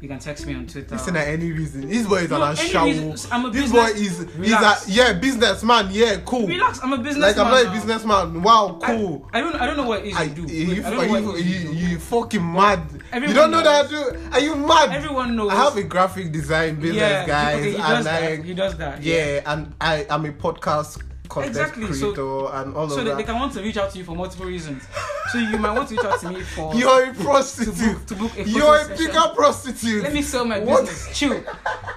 [SPEAKER 3] you can text me on Twitter.
[SPEAKER 2] Listen at any reason. This boy is
[SPEAKER 3] No,
[SPEAKER 2] an
[SPEAKER 3] any
[SPEAKER 2] ashawo.
[SPEAKER 3] reason. I'm a
[SPEAKER 2] This boy
[SPEAKER 3] business-
[SPEAKER 2] is he's a
[SPEAKER 3] Relax.
[SPEAKER 2] yeah businessman. Yeah, cool.
[SPEAKER 3] Relax. I'm a
[SPEAKER 2] Like
[SPEAKER 3] businessman.
[SPEAKER 2] I'm not a
[SPEAKER 3] now.
[SPEAKER 2] businessman. Wow,
[SPEAKER 3] I-
[SPEAKER 2] cool.
[SPEAKER 3] I, don't. I don't know what it is
[SPEAKER 2] I-
[SPEAKER 3] you do.
[SPEAKER 2] you,
[SPEAKER 3] Wait, I
[SPEAKER 2] are
[SPEAKER 3] don't know
[SPEAKER 2] you,
[SPEAKER 3] what it is
[SPEAKER 2] you,
[SPEAKER 3] you do.
[SPEAKER 2] you fucking mad. you
[SPEAKER 3] Everyone
[SPEAKER 2] don't know that I
[SPEAKER 3] knows.
[SPEAKER 2] do. Are you mad?
[SPEAKER 3] Everyone knows.
[SPEAKER 2] I have a graphic design business,
[SPEAKER 3] yeah,
[SPEAKER 2] guys.
[SPEAKER 3] Okay, he
[SPEAKER 2] and
[SPEAKER 3] does
[SPEAKER 2] like
[SPEAKER 3] that. He does that.
[SPEAKER 2] yeah. and I am a podcast content
[SPEAKER 3] Exactly,
[SPEAKER 2] creator
[SPEAKER 3] so-
[SPEAKER 2] and all
[SPEAKER 3] So
[SPEAKER 2] of
[SPEAKER 3] they, they
[SPEAKER 2] that.
[SPEAKER 3] can want to reach out to you for multiple reasons. so you might want to reach out to me for
[SPEAKER 2] You're a
[SPEAKER 3] to
[SPEAKER 2] prostitute.
[SPEAKER 3] book to book a photo
[SPEAKER 2] You're a
[SPEAKER 3] session.
[SPEAKER 2] bigger prostitute.
[SPEAKER 3] Let me sell my
[SPEAKER 2] What?
[SPEAKER 3] business. Chill.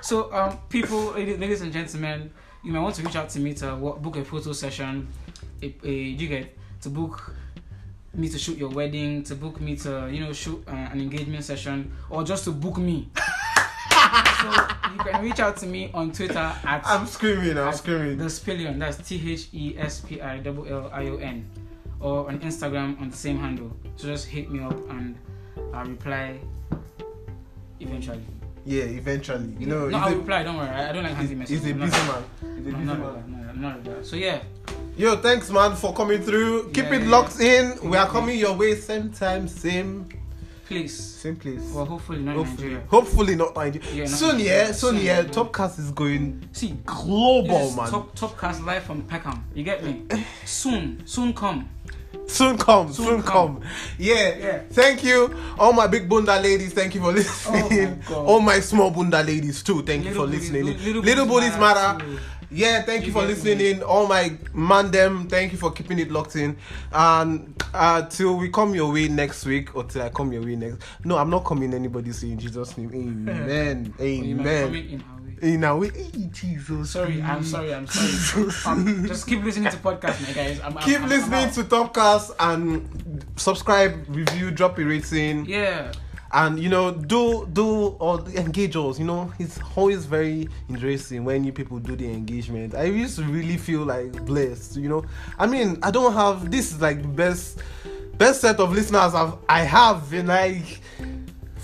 [SPEAKER 3] So, um, people, ladies ladies and gentlemen, you might want to reach out to me to wo- book a photo session. A, a, you get to book me to shoot your wedding, to book me to you know shoot uh, an engagement session, or just to book me. so you can reach out to me on Twitter at
[SPEAKER 2] I'm screaming. I'm screaming.
[SPEAKER 3] the Spillion. That's T H E S P I L L I O N, or on Instagram on the same handle. So just hit me up and I'll reply eventually.
[SPEAKER 2] Yeah, eventually. You know,
[SPEAKER 3] no,
[SPEAKER 2] he's
[SPEAKER 3] I'll
[SPEAKER 2] a-
[SPEAKER 3] reply. Don't worry. I I don't like handy messages.
[SPEAKER 2] he's a
[SPEAKER 3] I'm
[SPEAKER 2] busy
[SPEAKER 3] not-
[SPEAKER 2] man. He's a busy
[SPEAKER 3] I'm not
[SPEAKER 2] man.
[SPEAKER 3] like that. No, I'm not like that. So yeah,
[SPEAKER 2] Yo, thanks man for coming through. Keep
[SPEAKER 3] Yeah,
[SPEAKER 2] it
[SPEAKER 3] yeah,
[SPEAKER 2] locked in. We are
[SPEAKER 3] Yeah.
[SPEAKER 2] coming your way same time, same
[SPEAKER 3] please.
[SPEAKER 2] same place.
[SPEAKER 3] Well, hopefully not in
[SPEAKER 2] Hopefully,
[SPEAKER 3] Nigeria.
[SPEAKER 2] hopefully not Nigeria.
[SPEAKER 3] Yeah, not
[SPEAKER 2] soon,
[SPEAKER 3] Nigeria.
[SPEAKER 2] yeah, soon,
[SPEAKER 3] Soon,
[SPEAKER 2] yeah.
[SPEAKER 3] yeah.
[SPEAKER 2] Topcast is going
[SPEAKER 3] See,
[SPEAKER 2] global,
[SPEAKER 3] this is
[SPEAKER 2] man.
[SPEAKER 3] top top cast live from Peckham. You get me? Soon, soon come.
[SPEAKER 2] Soon come, soon,
[SPEAKER 3] Soon
[SPEAKER 2] come.
[SPEAKER 3] come.
[SPEAKER 2] Yeah.
[SPEAKER 3] Yeah. Oh
[SPEAKER 2] Thank you, all my big bunda ladies. Thank you for listening.
[SPEAKER 3] God.
[SPEAKER 2] all my small bunda ladies too. Thank you
[SPEAKER 3] Little
[SPEAKER 2] for
[SPEAKER 3] booties-
[SPEAKER 2] listening.
[SPEAKER 3] little- little booties
[SPEAKER 2] booties
[SPEAKER 3] matter
[SPEAKER 2] matter.
[SPEAKER 3] too.
[SPEAKER 2] Yeah, thank you,
[SPEAKER 3] You
[SPEAKER 2] for
[SPEAKER 3] get
[SPEAKER 2] listening
[SPEAKER 3] me.
[SPEAKER 2] in. All my man them, thank you for keeping it locked in. And uh till we come your way next week or till I come your way next. No, I'm not coming anybody's way in Jesus' name. Amen.
[SPEAKER 3] Oh, You might be
[SPEAKER 2] Amen.
[SPEAKER 3] coming in our way.
[SPEAKER 2] In a way, eh, Jesus.
[SPEAKER 3] Sorry, I'm
[SPEAKER 2] please.
[SPEAKER 3] sorry, I'm sorry. Um, just keep listening to podcast, my guys. I'm, I'm-
[SPEAKER 2] Keep
[SPEAKER 3] I'm- I'm
[SPEAKER 2] listening
[SPEAKER 3] out.
[SPEAKER 2] to Topcast and subscribe, review, drop a rating.
[SPEAKER 3] Yeah.
[SPEAKER 2] and you know do do or engage us you know it's always very interesting when you people do the engagement i used to really feel like blessed you know i mean i don't have this is like the best best set of listeners I've, i have in like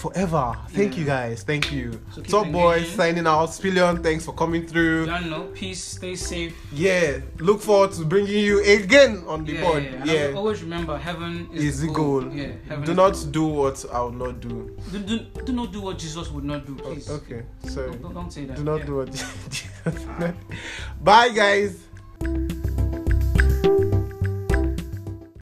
[SPEAKER 2] forever. Thank
[SPEAKER 3] Yeah.
[SPEAKER 2] you guys. Thank you.
[SPEAKER 3] So keep
[SPEAKER 2] Top boys
[SPEAKER 3] engaging.
[SPEAKER 2] signing out. Spillion, thanks for coming
[SPEAKER 3] You
[SPEAKER 2] through.
[SPEAKER 3] don't know. Peace. Stay safe.
[SPEAKER 2] Yeah, look forward to bringing you again on the
[SPEAKER 3] yeah,
[SPEAKER 2] pod.
[SPEAKER 3] yeah. And
[SPEAKER 2] Yeah,
[SPEAKER 3] Always remember, heaven is,
[SPEAKER 2] is the goal.
[SPEAKER 3] Yeah. Heaven
[SPEAKER 2] Do
[SPEAKER 3] is
[SPEAKER 2] not
[SPEAKER 3] the
[SPEAKER 2] do what I will not do.
[SPEAKER 3] goal. Do, do, do not do what Jesus would not do. Please.
[SPEAKER 2] Okay, so
[SPEAKER 3] Don't, don't say that.
[SPEAKER 2] do not
[SPEAKER 3] yeah.
[SPEAKER 2] do what. Bye, guys.